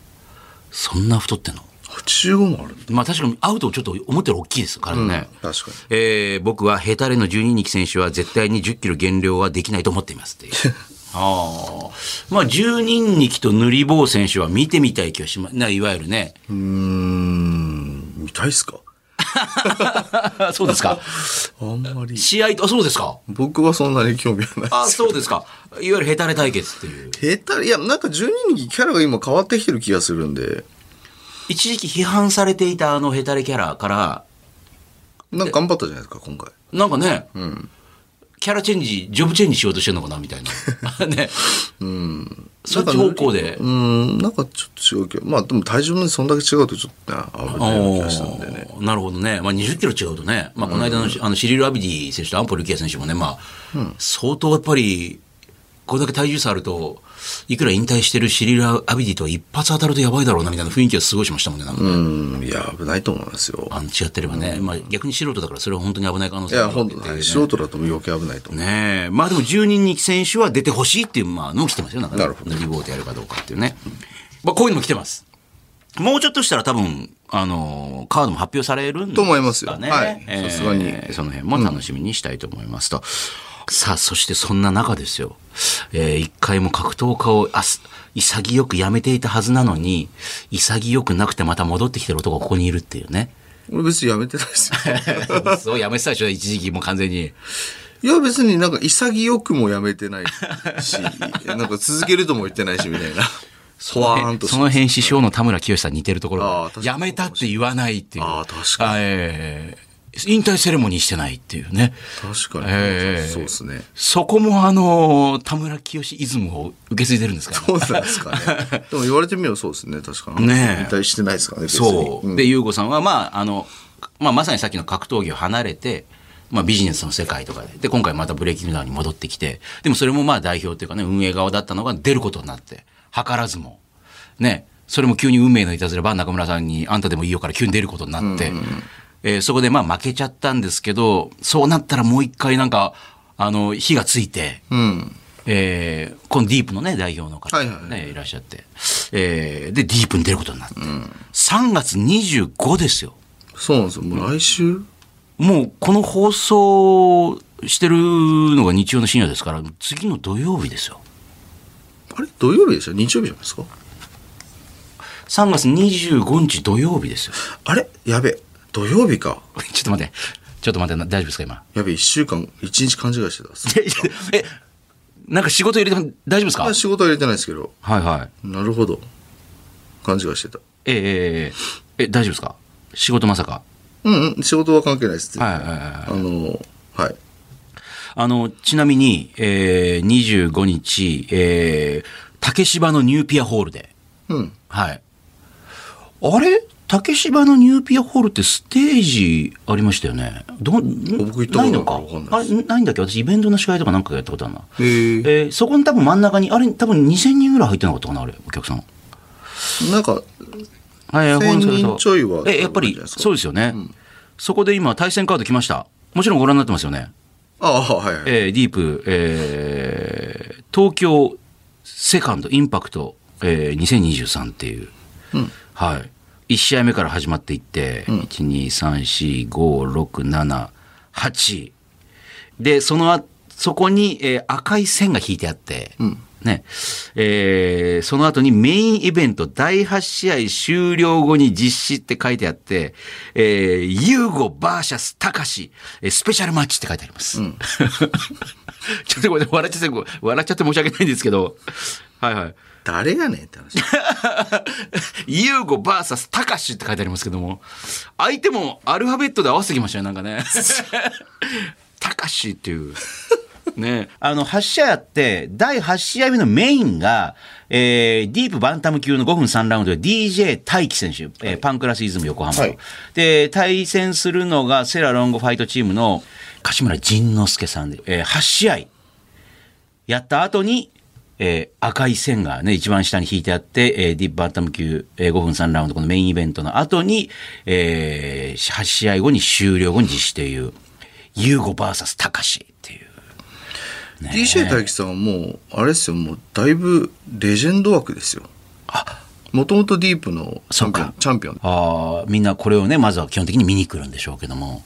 C: そんな太ってんの
B: ?85 もある。
C: まあ確かにアウトをちょっと思ったより大きいです、体ね。
B: 確かに。
C: えー僕はヘタレの12人選手は絶対に10キロ減量はできないと思っていますっていう。ああ。まあ、10人力と塗り棒選手は見てみたい気がします。ないわゆるね。
B: うーん、見たいっすか
C: *laughs* そうですか。
B: あんまり。
C: 試合と、あ、そうですか。
B: 僕はそんなに興味はない
C: あ、
B: です。
C: そうですか。いわゆるヘタレ対決っていう。
B: 下手、いや、なんか12人キャラが今変わってきてる気がするんで、
C: 一時期批判されていたあのヘタレキャラから、
B: なんか頑張ったじゃないですか、今回。
C: なんかね、キャラチェンジ、ジョブチェンジしようとしてるのかなみたいな。 *laughs* ね。そっち方向で
B: う。ーん、なんかちょっと違うけど、まあでも体重のそんだけ違うとちょっとね、危ないような気がしたんでね。
C: おーなるほどね。まあ、20キロ違うとね、まあ、この間の,、あのシリル・アビディ選手とアンポル・キア選手もね、まあ、相当やっぱり、これだけ体重差あると、いくら引退してるシリル・アビディとは一発当たるとやばいだろうなみたいな雰囲気はすごいしましたもんね、なんか
B: う
C: ね
B: ーん、いや、危ないと思いますよ。
C: あの違ってればね、まあ、逆に素人だからそれは本当に危ない可能
B: い
C: 性があ
B: や、
C: るわ
B: 本
C: け
B: 当
C: で
B: だ、
C: ね
B: 素人だと余計危ないと思う。
C: ねえ。まあでも10人に選手は出てほしいっていう、まあ、のも来てますよ。なんかね
B: なるほど
C: 塗り棒でやるかどうかっていうね。まあこういうのも来てます。もうちょっとしたら多分、あのーカードも発表されるんですかね。
B: と思いますよはい
C: えー
B: さすがに
C: その辺も楽しみにしたいと思いますと。さあ、そしてそんな中ですよ。えー一回も格闘家をあす潔くやめていたはずなのに、潔くなくてまた戻ってきてる男がここにいるっていうね。
B: 俺別にやめてないですよ。
C: *laughs*
B: *laughs*
C: そう、やめてたでしょ、一時期もう完全に。
B: いや、別になんか潔くもやめてない
C: *laughs*
B: し、なんか続けるとも言ってないし、みたいな。ほわーんとして
C: その辺師匠の田村清さんに似てるところ
B: あ
C: が
B: あ確かに
C: やめたって言わないっていう。
B: ああ確かに
C: あええ引退セレモニーしてないっていうね。
B: 確かに。
C: ええ
B: そうですね。
C: そこもあの、田村清イズムを受け継いでるんですか
B: どう
C: ら、
B: なんですかね。
C: *laughs*
B: でも言われてみればそうですね、確かに。
C: ねえ
B: 引退してないですからね、別に
C: そう。
B: ん
C: で、優子さんは、まあ、あの、まあ、まさにさっきの格闘技を離れて、まあ、ビジネスの世界とかで。で、今回またブレイキングダウンに戻ってきて、でもそれもまあ代表というかね、運営側だったのが出ることになって、図らずも。ね。それも急に運命のいたずらば中村さんに、あんたでもいいよから急に出ることになって、えーそこでまあ負けちゃったんですけど、そうなったらもう一回なんか、あの、火がついて、
B: うん。
C: えーこのディープのね、代表の方
B: は
C: ね、
B: い
C: い
B: はい
C: らっしゃって、えーで、ディープに出ることになって、3月25ですよ。
B: そうなんですよ。もう来週
C: もう、この放送してるのが日曜の深夜ですから、次の土曜日ですよ。
B: あれ土曜日でしょ日曜日じゃないですか
C: 3月25日土曜日ですよ。 *laughs*
B: あれやべ。土曜日か。
C: ちょっと待って、ちょっと待って、な大丈夫ですか、今。
B: やべ、一週間、一日勘違いしてた。
C: え、なんか仕事入れても大丈夫ですか
B: 仕事は入れてないですけど、
C: はいはい。
B: なるほど。勘違いしてた。
C: えええええええ大丈夫ですか仕事まさか。
B: うんうん、仕事は関係ないです。
C: はい
B: い。
C: はいはいはい。
B: あの、はい。
C: あの、ちなみに、えー、25日、えー、竹芝のニューピアホールで。
B: うん。
C: はい。あれ竹芝のニューピアホールってステージありましたよね。ど、
B: 僕行
C: 僕
B: ったことないからわかんないです
C: あ、ないんだっけ私イベントの司会とかなんかやったことあるな。
B: えー
C: えーそこの多分真ん中に、あれ多分2000人ぐらい入ってなかったかなあれ、お客さん。
B: なんか、
C: はい、
B: 1000人ちょいは
C: え、やっぱ
B: 多いんじ
C: り
B: ゃないですか
C: そうですよね。そこで今対戦カード来ました。もちろんご覧になってますよね。
B: ああ、はいはい。
C: えーディープ、えー東京セカンドインパクト、えー2023っていう、
B: ん
C: はい、1試合目から始まっていって、1 2 3 4 5 6 7 8でそのあそこに、えー赤い線が引いてあって、ねえーその後にメインイベント第8試合終了後に実施って書いてあって、えー、ユーゴバーシャスタカシ、えースペシャルマッチって書いてあります。 *laughs* ちょっとごめん笑っちゃってごめん、笑っちゃって申し訳ないんですけど、はいはい。
B: 誰やねんって話。
C: ユーゴバーサスタカシって書いてありますけども、相手もアルファベットで合わせてきましたよ、なんか *laughs* ね。タカシっていう。ね、あの8試合あって第8試合目のメインが、えーディープバンタム級の5分3ラウンドで DJ 大輝選手、えーパンクラスイズム横浜と、
B: はい
C: で対戦するのがセラロングファイトチームの柏村仁之助さんで、えー8試合やった後に、えー赤い線がね、一番下に引いてあって、えーディープバンタム級、えー5分3ラウンド、このメインイベントの後に、えー8試合後に終了後に実施という、ユーゴ VS タカシっていう。
B: DJ 大輝さんはもうあれですよもうだいぶレジェンド枠ですよもともとディープのチャンピオ
C: そう
B: ンチャンピオン
C: あーみんなこれをね、まずは基本的に見に来るんでしょうけども、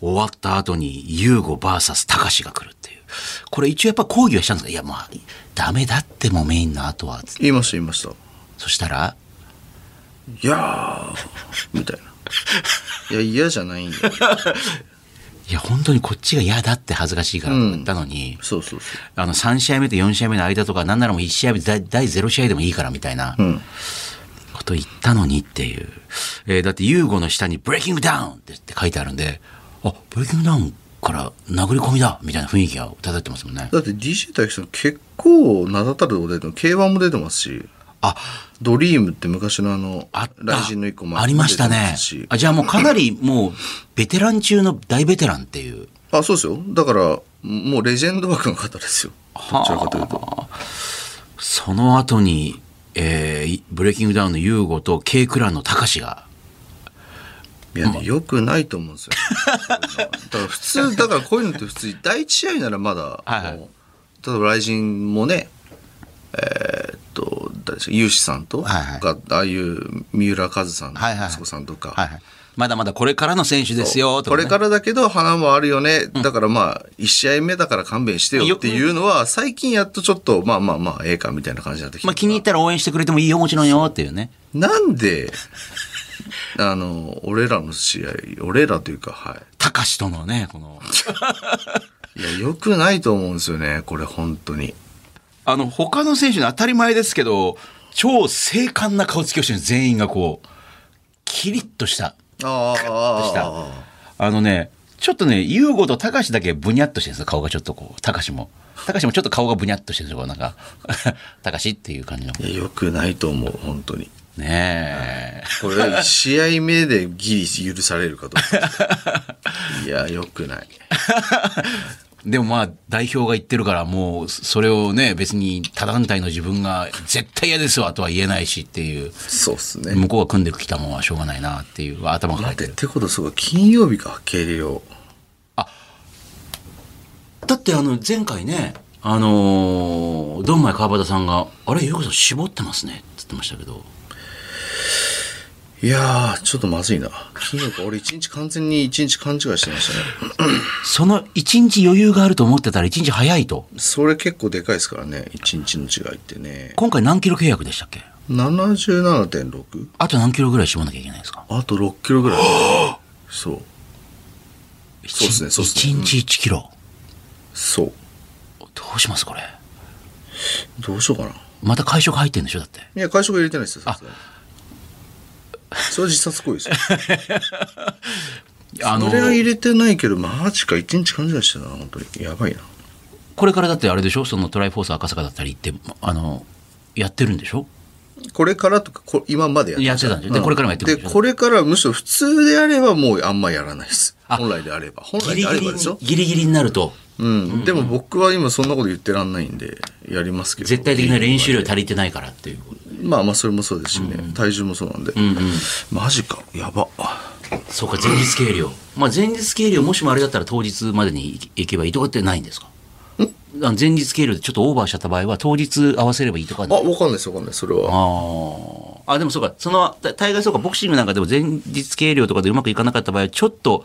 C: 終わった後にユーゴ VS タカシが来るっていう。これ一応やっぱ抗議はしたんですかいや、まあ、ダメだってもうメインの後は。
B: 言いました言いました
C: そしたら、
B: いやーみたいないや嫌じゃないんよ
C: いや、本当にこっちが嫌だって恥ずかしいから言ったのに、
B: そうそうそ
C: あの3試合目と4試合目の間とか、なんならもう1試合目、第第0試合でもいいからみたいな
B: ううん
C: こと言ったのにっていう。えーだって、ユーゴの下にブレイキングダウンってって書いてあるんで、あ、ブレイキングダウンから殴り込みだみたいな雰囲気が漂ってますもんね。
B: だって DJ 大輝さん結構名だたるお出てる K1 も出てますし
C: あ、
B: ドリームって昔のあの
C: あった。
B: 雷神の一個前
C: ありましたね。あ、じゃあもうかなりもう、ベテラン中の大ベテランっていう。
B: あそうですよだからもうレジェンド枠の方ですよどちらかというと
C: その後に、えーブレイキングダウンのユーゴと K クランの高志が、
B: いや、ね、よくないと思うんですよ。だから普通、だからこういうのって普通、第一試合ならまだ、
C: はいはい
B: もう例えば雷神もね、えーっと、誰ですか、ユウシさんと、
C: はいはい
B: がああいう三浦和さんの
C: はいはいはい
B: 息子さんとか、
C: はいはい、まだまだこれからの選手ですよとか、
B: こ
C: ね、
B: れからだけど花もあるよね、だからまあ1試合目だから勘弁してよっていうのは最近やっとちょっとまあまあまあええかみたいな感じになってきて、
C: まあ、気に入ったら応援してくれてもいいよもちろんよっていうね
B: なんで *laughs* あの俺らの試合俺らというかはい
C: 高志とのねこの
B: いや、良くないと思うんですよね、これ、本当に。
C: あの他の選手の当たり前ですけど超精悍な顔つきをしてる全員がこうキリッとした
B: あ
C: としたあのねちょっとね優吾と高志だけブニャっとしてるんですよ顔がちょっとこう高志も高志もちょっと顔がブニャっとしてるんですよこうなんか *laughs* 高志っていう感じの
B: いや、良くないと思う、本当に。
C: ねえ
B: これ、試合目でギリ許されるかと思 *laughs* った。いや、良くない。
C: でもまあ代表が言ってるからもうそれをね別に他団体の自分が絶対嫌ですわとは言えないしっていう
B: そうっすね。
C: 向こうが組んできたもんはしょうがないなっていう頭が入っ
B: 待ってて、っ
C: る
B: てことすごい、金曜日か、計量。
C: だってあの前回ねあのー、ドンマイ川端さんが「あれ優子さん絞ってますね」って言ってましたけど
B: いやー、ちょっとまずいな。金曜か、俺一日完全に一日勘違いしてましたね。
C: その一日余裕があると思ってたら一日早いと
B: それ結構でかいですからね、一日の違いってね。
C: 今回何キロ契約でしたっけ
B: 77.6?
C: あと何キロぐらい絞んなきゃいけないんですか
B: あと6キロぐらい。 *gasps* そう。そうっすねそうっす
C: 一
B: ね
C: 日1キロ
B: そう。
C: どうしますこれ
B: どうしようかな。
C: また会食入ってんでしょだって。
B: いや、会食入れてないですよ、さすがにそれは自殺行為ですよ。
C: *laughs* あの
B: それは入れてないけど、マジか、一日感じ出してたな、本当に。やばいな。
C: これからだってあれでしょそのトライフォース赤坂だったりって、あの、やってるんでしょ
B: これからとか、こ今まで
C: やってたんでしょでこれからもやってくる
B: で、これからむしろ普通であればもうあんまやらないです。
C: あ
B: 本来であれば。本
C: ギ
B: 来
C: リ
B: であ
C: ギ
B: れ
C: リ
B: ばでしょ
C: に、ギリギリになると、
B: うん。でも僕は今そんなこと言ってらんないんで、やりますけど。
C: 絶対的な練習量足りてないからっていう。
B: まあまあ、それもそうですしね。体重もそうなんで。マジか、やば。
C: そうか、前日計量。まあ、前日計量、もしもあれだったら当日までに行けばいいとかってないんですかあの前日計量でちょっとオーバーしちゃった場合は、当日合わせればいいとか
B: あ、わかんないです、わかんない、それは。
C: ああ。あ、でもそうか、その、た大概そうか、ボクシングなんかでも前日計量とかでうまくいかなかった場合は、ちょっと、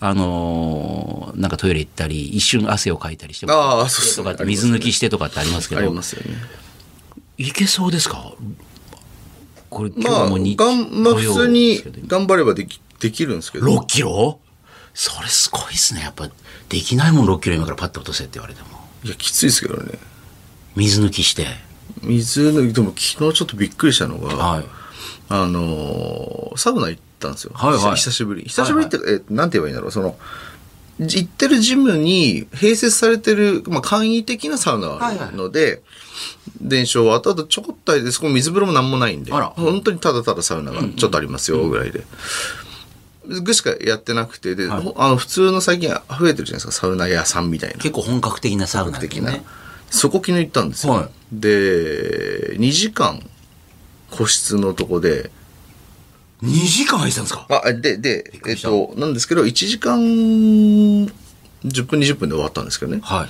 C: あのーなんかトイレ行ったり、一瞬汗をかいたりして、
B: ああそうです
C: と
B: ね
C: かって水抜きしてとかってありますけ
B: あ
C: ど、
B: りますよね。
C: いけそうですかこれ、今
B: まあ、
C: 日
B: が
C: も日
B: んまあ、
C: 土曜
B: 普通に
C: ですけど
B: 頑張ればできできるんですけど。
C: 6キロそれすごいですね。やっぱ、できないもん6キロ今からパッと落とせって言われても。
B: いや、きついですけどね。
C: 水抜きして。
B: 水の、でも昨日ちょっとびっくりしたのが、
C: はい
B: あのーサウナ行ったんですよ。
C: はいはい
B: 久久しぶり。久しぶりって、えーなんて言えばいいんだろう。その、じ行ってるジムに併設されてる、まあ、簡易的なサウナがあるので、電車を後々ちょこっと入れて、そこ水風呂もなんもないんで、
C: あら
B: 本当にただただサウナがちょっとありますよ、ぐらいで。ぐしかやってなくて、で、ほあの、普通の最近増えてるじゃないですか、サウナ屋さんみたいな。
C: 結構本格的なサウナです
B: 的な、
C: ね。
B: そこ昨日行ったんですよ、
C: はい
B: で2時間個室のとこで
C: 2時間入ってたんですか
B: あでで
C: っく
B: え
C: り
B: っ
C: した
B: となんですけど1時間10分20分で終わったんですけどね
C: は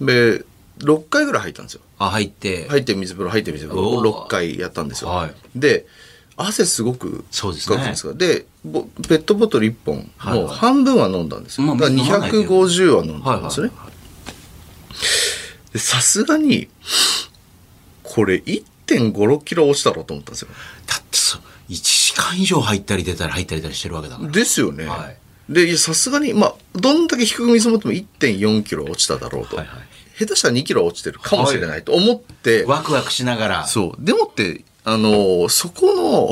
C: い。
B: で6回ぐらい入ったんですよ
C: あ、入って。
B: 入って水風呂入って水風呂
C: おー
B: 6回やったんですよ、
C: はい
B: で汗すごく
C: そうですね
B: かくんですかでぼペットボトル1本
C: はい
B: もう半分は飲んだんですよ、
C: まあ
B: だから
C: 水飲まないけど
B: 250は飲んだんですよね、
C: は
B: でさすがにこれ1 5 6キロ落ちたろうと思ったんですよ
C: だってそう、1時間以上入ったり出たり入ったり出たりしてるわけだから。
B: ですよね、
C: はい
B: でいやさすがにまあどんだけ低く見積もっても1 4キロ落ちただろうと、
C: はいはい
B: 下手したら2キロ落ちてるかもしれないと思って、
C: ワクワクしながら。
B: そう。でもって、あのーそこの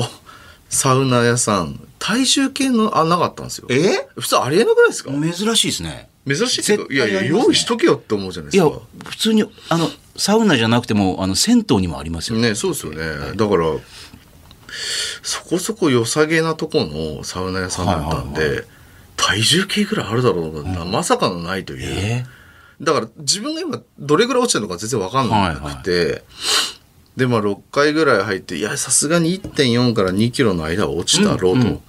B: サウナ屋さん、体重計の、あ、なかったんですよ。
C: え
B: 普通ありえなくないですか
C: 珍しいですね。
B: 珍しいけど、
C: 絶
B: いや
C: 対
B: いや、
C: ありますね
B: 用意しとけよって思うじゃない
C: い
B: です
C: や
B: か。、
C: 普通に、あの、サウナじゃなくても、あの、銭湯にもありますよ
B: ね、そうですよね。だから、そこそこ良さげなとこのサウナ屋さんだったんで、
C: はい
B: 体重計ぐらいあるだろうと思ったら、まさかのないという。
C: え
B: だから自分が今どれぐらい落ちてるのか全然わかんなくて、でまあ6回ぐらい入っていやさすがに1.4から2キロの間は落ちたろうと、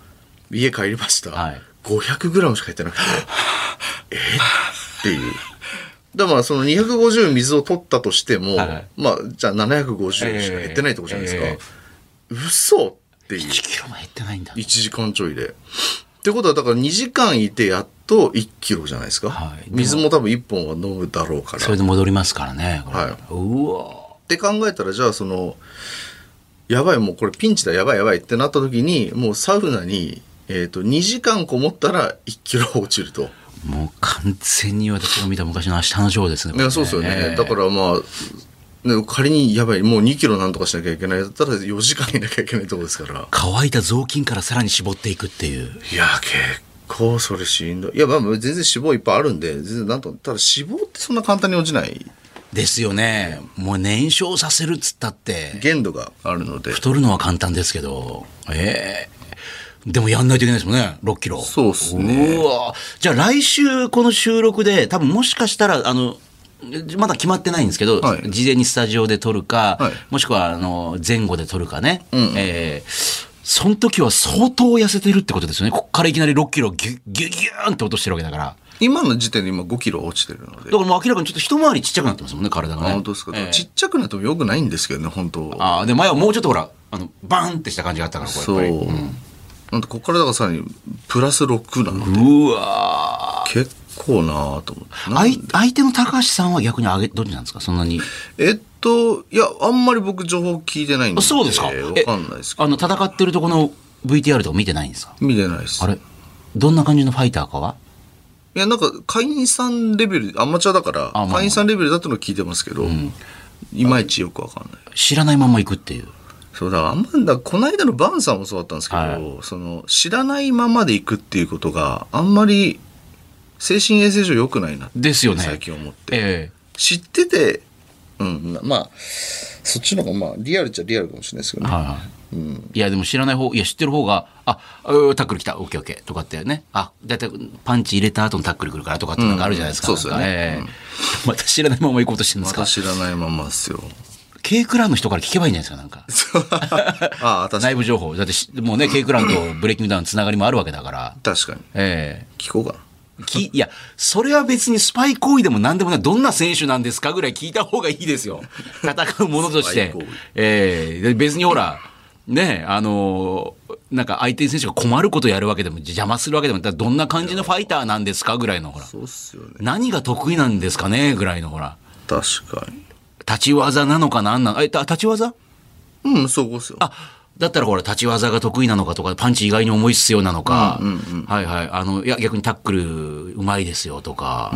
B: 家帰りました、
C: はい
B: 500グラムしか入ってなく *laughs* てえっていう。だからまあその250水を取ったとしても、
C: はい
B: まあじゃあ750しか減ってないってことじゃないですか、
C: え
B: 嘘っていう
C: ー、1キロも減ってないんだ。
B: 1時間ちょいで。ってことはだから2時間いてやっと1キロじゃないですか、
C: はい
B: 水も多分1本は飲むだろうから
C: それで戻りますからね。これ
B: はいう
C: わ
B: って考えたらじゃあそのやばいもうこれピンチだやばいやばいってなった時にもうサウナに、えー、と2時間こもったら1キロ落ちると
C: もう完全に私が見た昔の明日のジョーですね。。
B: いやそうですよね、だかららまあ、ね、仮にやばいもう2キロなんとかしなきゃいけないだったら4時間いなきゃいけないとこですから
C: 乾いた雑巾からさらに絞っていくっていう。
B: いや結構それしんどいいやまあ全然脂肪いっぱいあるんで全然なんとただ脂肪ってそんな簡単に落ちない
C: ですよね。もう燃焼させるっつったって、
B: 限度があるので
C: 太るのは簡単ですけど。ええでもやんないといけないですもんね。6キロ。
B: そうっすね
C: うわじゃあ来週この収録で、多分もしかしたら、あの、まだ決まってないんですけど、
B: はい
C: 事前にスタジオで撮るか、
B: はい
C: もしくはあの前後で撮るかね。えーその時は相当痩せてるってことですよね。こっからいきなり6キロギュギュギューンって落としてるわけだから。
B: 今の時点で今5キロ落ちてるので
C: だからもう明らかにちょっと一回りちっちゃくなってますもんね、体がね。
B: あ本当ですか、
C: ええ
B: ちっちゃくなってもよくないんですけどね本当
C: ああ、で、前はもうちょっとほら、あの、バーンってした感じがあったから、こ
B: そう、
C: れやっぱり。
B: なんでここからだからさらにプラス6なので
C: うわ
B: 結構なぁと思ってな
C: 相相手の高橋さんは逆に上げ、どっちなんですかそんなに。
B: えっといやあんまり僕情報聞いてないんで
C: そうですか
B: えーわ
C: え
B: かんないですけど
C: あの、戦ってるとこの VTR とか見てないんですか
B: 見てないです
C: あれどんな感じのファイターかはい
B: やなんか会員さんレベルアマチュアだから
C: あまあまあ
B: 会員さんレベルだってのは聞いてますけど、いまいちよくわかんない。
C: 知らないまま行くっていう。
B: そうだからあんまりだからこの間のバンさんもそうだったんですけど、
C: はい
B: その知らないままで行くっていうことがあんまり精神衛生上良くないなって
C: ですよね。
B: 最近思って、
C: え
B: 知ってて、うん、なまあそっちの方がまあリアルっちゃリアルかもしれないですけど
C: え
B: ね、
C: はいはい。いやでも知らない方いや知ってる方が「あうータックル来たオッケーオッケー」とかってね「あだいたいパンチ入れた後のタックル来るから」とかってなんかあるじゃないですか、
B: うんそうっすよね
C: なんかええ *laughs* また知らないまま行こうとしてるんで
B: ます
C: か
B: た知らないままで
C: *laughs*
B: すよ
C: K クラウンの人から聞けばいいんじゃないですかなんか
B: ああ確か
C: 内
B: に
C: 部情報だってしもうね K クラウンとブレイキングダウンのつながりもあるわけだから
B: 確かに
C: え
B: 聞こうかな
C: えきいやそれは別にスパイ行為でも何でもないどんな選手なんですかぐらい聞いた方がいいです
B: *laughs*
C: よ戦うものとし
B: ス
C: て
B: パイ行為
C: ええで別にほらねえあのなんか相手選手が困ることやるわけでも邪魔するわけでもだからどんな感じのファイターなんですかぐらいのほら
B: そうっすよね
C: 何が得意なんですかねぐらいのほら
B: 確かに
C: 立ち技なのかなんなのえた立ち技
B: うんそうこっすよ
C: あだったらほら立ち技が得意なのかとかパンチ意外に重い必要なのか、はいはいあのいや逆にタックルうまいですよとか、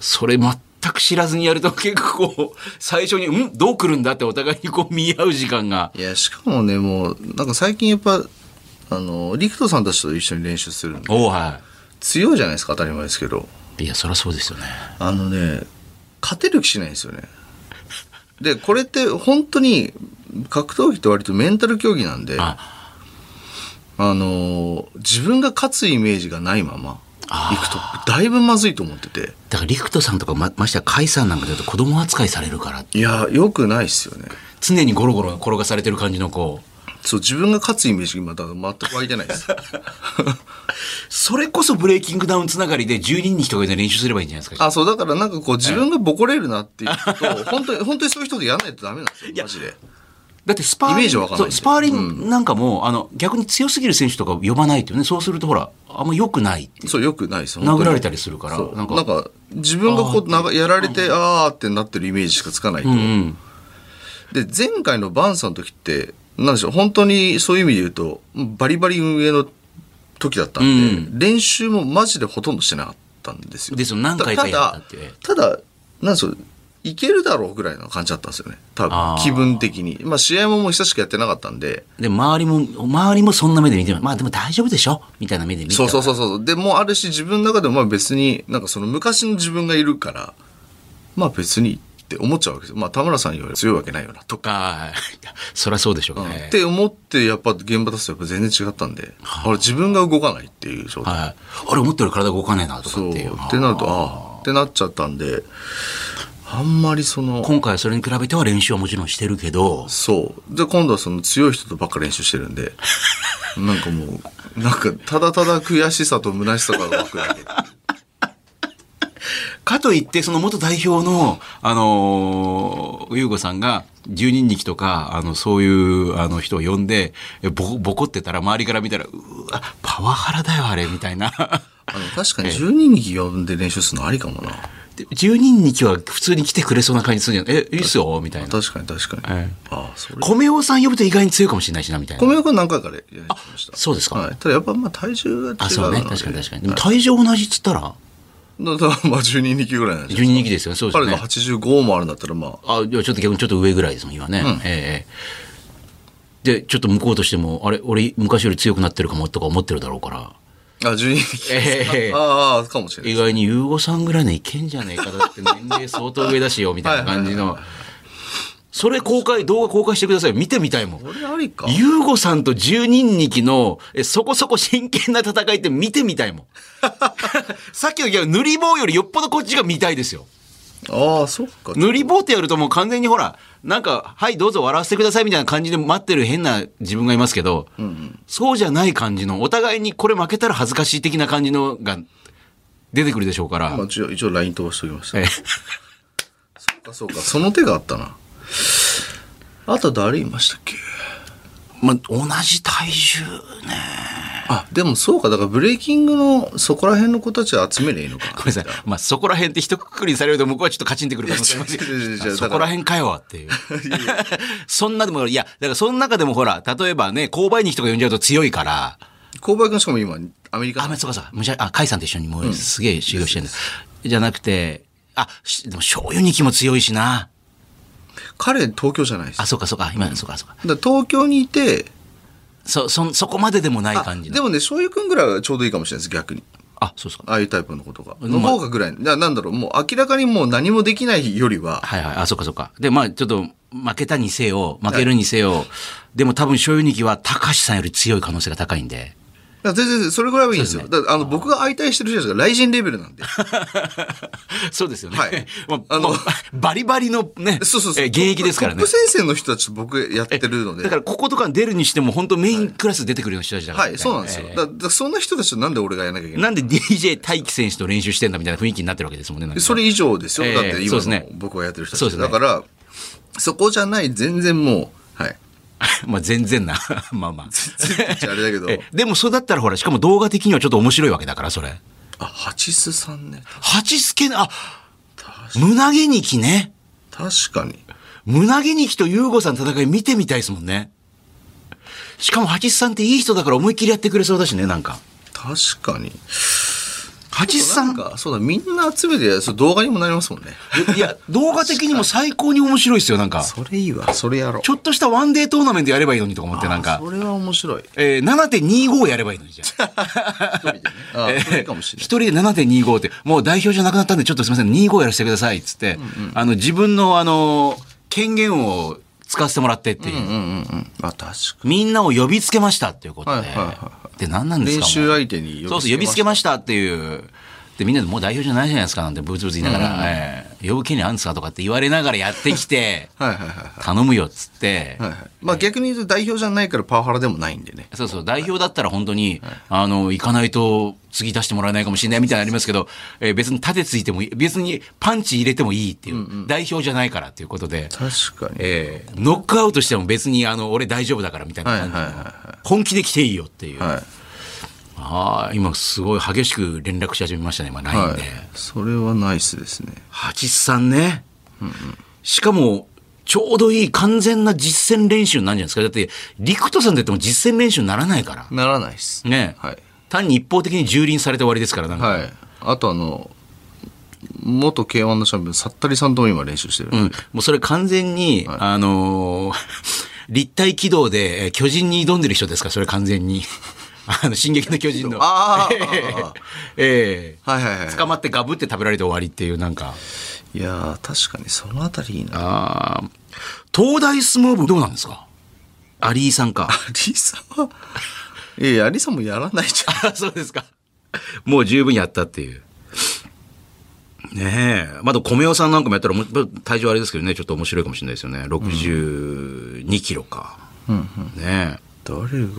C: それ全く知らずにやると結構最初に「んどう来るんだ?」ってお互いにこう見合う時間が
B: いやしかもねもうなんか最近やっぱあの陸斗さんたちと一緒に練習するんで
C: おうは
B: 強いじゃないですか当たり前ですけど
C: いいやそりゃそうですよね
B: あのね、勝てる気しないんですよね。で、これって本当に格闘技って割とメンタル競技なんで、あ
C: あ
B: のー自分が勝つイメージがないまま行くと、だいぶまずいと思ってて。
C: だから陸斗さんとかまましては甲斐さんなんかだと子供扱いされるから
B: いや、良くないっすよね。
C: 常にゴロゴロ転がされてる感じのこう
B: そう、自分が勝つイメージが今、だから全く湧いてないです。
C: それこそブレイキングダウンつながりで10人に人がいて練習すればいいんじゃないですか
B: あ、そう、だからなんかこう、自分がボコれるなっていうことを、本当に、本当にそういう人でやらないとダメなんですよ、マジで。
C: だってスパーリング
B: イメージわかんない
C: そう
B: んだよ
C: スパーリングなんかも、あの逆に強すぎる選手とか呼ばないとねそうするとほらあんま良くないって
B: そう、良くないです、本当
C: 殴
B: に
C: られたりするから
B: そう
C: な
B: なんん
C: か
B: か自分がこうなんかやられてあーってなってるイメージしかつかないと、
C: うん
B: で前回のバンさんの時ってなんでしょう本当にそういう意味で言うとバリバリ運営の時だったんで、練習もマジでほとんどしてなかったんですよ
C: ですよ何回かやったっていう
B: ただただなんでしょういけるだろうぐらいの感じだったんですよね多
C: あ
B: 分
C: ー
B: 気分的にまあ試合ももう久しくやってなかったんで
C: で周りも周りもそんな目で見てるまあでも大丈夫でしょみたいな目で見て
B: そうそう
C: う
B: そうそうでもうあるし自分の中でもまあ別になんかその昔の自分がいるからまあ別にって思っちゃうわけですよまあ田村さんより強いわけないよなとか、
C: かい *laughs* やそりゃそうでしょうね
B: っ、て思ってやっぱ現場出すとやっぱ全然違ったんで、あれ自分が動かないっていう状態、
C: はい、あれ思ったより体動かねえなとか
B: そう
C: っ
B: って
C: いう
B: てなるとああってなっちゃったんであんまりその
C: 今回はそれに比べては練習はもちろんしてるけど
B: そうで今度はその強い人とばっか練習してるん
C: *laughs*
B: でなんかもうなんかただただ悔しさと虚しさが湧くだけ
C: かといって、その元代表の、あのー、ゆうごさんが、十人力とか、あの、そういう、あの、人を呼んで、えボボコってたら、周りから見たら、うわ、パワハラだよ、あれ、みたいな。 *laughs*
B: あの確かに10人に呼んで練習するのありかもな
C: で十人力は普通に来てくれそうな感じするじゃん。え、いいっすよ、みたいな。
B: 確かに確かに。
C: ええ
B: ああ、それ。
C: 米尾さん呼ぶと意外に強いかもしれないしな、みたいな。
B: 米岡何回かでやりました。
C: そうですか
B: はい。ただやっぱまあ体重が違うので。
C: あ、そうね。確かに確かに。でも
B: はい
C: 体重同じっつったら、
B: だからまあ12人級ぐらいなんで
C: 十人力ですよね。そうです
B: 彼
C: よね。
B: が85もあるんだったらま
C: あ、
B: あ、
C: いやちょっと逆にちょっと上ぐらいですもん、今ね。ええで、ちょっと向こうとしても、あれ、俺、昔より強くなってるかもとか思ってるだろうから、
B: あ、12人級
C: ええ
B: ああ、かもしれない。
C: 意外に優吾さんぐらいのいけんじゃねえかだって、年齢相当上だしよ、みたいな感じの。それ公開、動画公開してください。見てみたいもん。
B: これありか。
C: 優吾さんと十人力の、え、そこそこ真剣な戦いって見てみたいもん。 *laughs* さっきのいや塗り棒よりよっぽどこっちが見たいですよ。
B: ああ、そっか。
C: 塗り棒ってやるともう完全にほら、なんか、はい、どうぞ笑わせてくださいみたいな感じで待ってる変な自分がいますけど、そうじゃない感じの、お互いにこれ負けたら恥ずかしい的な感じのが出てくるでしょうから
B: まあ、、一応、一応 LINE 飛ばしておきました。
C: ええ
B: そっか、そっか。その手があったな。あと誰いましたっけ
C: まあ、同じ体重ね。
B: あ、でもそうか。だからブレイキングのそこら辺の子たち集めりゃいいのか。
C: ごめんなさい。まあ、そこら辺って一括りにされると向こうはちょっとカチンってくる可能性あります
B: いや違う違う違
C: よ
B: う違
C: あ
B: う
C: そこら辺かよって
B: *laughs*
C: いう。そんなでも、いや、だからその中でもほら、例えばね、購買人とか呼んじゃうと強いから、
B: 購買君しかも今、アメリカ
C: あ、まあ、そうかそうか。むしゃあ、甲斐さんと一緒にもうすげえ修行してるんだ。じゃなくて、あ、しでも醤油に気も強いしな。
B: 彼東京じゃないです
C: あ、そうかそうか、今、そうかそうか。
B: だから東京にいて
C: そ、そん、そこまででもない
B: あ
C: 感じの
B: でもね醤油くんぐらいはちょうどいいかもしれないです逆に
C: あ、そうですか。
B: ああいうタイプのことが
C: うん
B: の方がぐらいだからなんだろうもう明らかにもう何もできないよりは
C: はいはい。あ、そうかそうか。で、まあ、ちょっと、負けたにせよ、負けるにせよ、でも多分、醤油にきは、高橋さんより強い可能性が高いんで。
B: だから全然全然それぐらいはいいんですよ
C: そう
B: だからあの僕が相対してる人たちが雷神レベルなん
C: *laughs*
B: で
C: そうですよね。
B: はい
C: *laughs* まあ、
B: あの
C: まあバリバリのね、
B: そうそうそう
C: えー現役ですからね
B: トップ。先生の人たちと僕やってるので
C: だから、こことか出るにしても、本当メインクラス出てくるような人たちだから、
B: はい、そうなんですよ。
C: え
B: だ
C: ー
B: だからそんな人たちとなんで俺がやらなきゃいけない
C: *laughs* なんで DJ 大輝選手と練習してんだみたいな雰囲気になってるわけですもんね。なんか
B: それ以上ですよ。
C: ええ
B: だって
C: そう
B: 今
C: ですね
B: の僕がやってる人
C: そう
B: た
C: です
B: ち。
C: ね
B: だから、そこじゃない、全然もう、はい。
C: まあ全然な。 *laughs* まあまあ。
B: あれだけ
C: *laughs*
B: ど
C: えでもそれだったらほら、しかも動画的にはちょっと面白いわけだから、それ。
B: あ、八須さんね。
C: 八助な、あ、胸毛にきね。
B: 確かに。
C: 胸毛にきと優吾さんの戦い見てみたいですもんね。しかも八助さんっていい人だから思いっきりやってくれそうだしね、なんか。
B: 確かに。
C: 八助さ
B: な
C: ん
B: んか、そうだ、みんな集めて、そう動画にもなりますもんね。
C: いや、動画的にも最高に面白いですよ、なんか。
B: それいいわ、それやろう。
C: ちょっとしたワンデートーナメントやればいいのにとか思って、なんか
B: そ。れは面白い。
C: えー、7.25やればいいのにじゃん。
B: *laughs* 一人でね。あ、それいいかもしれ
C: 一
B: ない。
C: 人で7.25って、もう代表じゃなくなったんで、ちょっとすみません、25やらせてくださいっつって、あの、自分の、あの、権限を使わせてもらってっていう、
B: うんうんうん。まあ、確か
C: みんなを呼びつけましたっていうことで、
B: はいはいはい
C: で、何なん
B: に。
C: です
B: 練
C: か
B: 習
C: もう
B: 相手に
C: そうそう、呼びつけ
B: ま
C: ましたっていう。で、みんなでもう代表じゃないじゃないですかなんてブツブツ言いながら、ええ呼ぶ権利あるんですかとかって言われながらやってきて、
B: *laughs* はいはいはい。
C: 頼むよっつって、
B: はいはい、まあ逆に言うと代表じゃないからパワハラでもないんでね。
C: そうそう、代表だったら本当に、あの、行かないと次出してもらえないかもしれないみたいなのありますけど、えー別に盾ついてもいい、別にパンチ入れてもいいっていう、代表じゃないからっていうことで、
B: 確かに。
C: えーノックアウトしても別に、あの、俺大丈夫だからみたいな感じの
B: はいはいはいは
C: 本気で来ていいよっていう。
B: はい。
C: ああ、今すごい激しく連絡し始めましたね、今、LINE
B: は
C: で。
B: い。それはナイスですね。
C: 八さんね。しかも、ちょうどいい完全な実践練習になるんじゃないですか。だって、陸斗さんで言っても実践練習にならないから。
B: ならないっす。
C: ね、
B: はい。
C: 単に一方的に蹂躙されて終わりですからなんか、
B: はい。あとあの、元 K1 のチャンピオン、サッタリさんとも今練習してる。
C: うん、もうそれ完全に、あのー *laughs* 立体軌道でえー巨人に挑んでる人ですからそれ完全に *laughs* あの「進撃の巨人の」 *laughs*
B: あ
C: ええ
B: はいはいはい。
C: 捕まってガブって食べられて終わりっていうなんか
B: いやー、確かにそのあたりいいな。
C: あー東大相撲部どうなんですかアリーさんか
B: リサは、いやいや、リサもやらないじゃん。
C: あ *laughs* そうですかもう十分やったっていうねえまだ米尾さんなんかもやったらもう体重あれですけどねちょっと面白いかもしれないですよね62キロか、ねえ
B: 誰がいい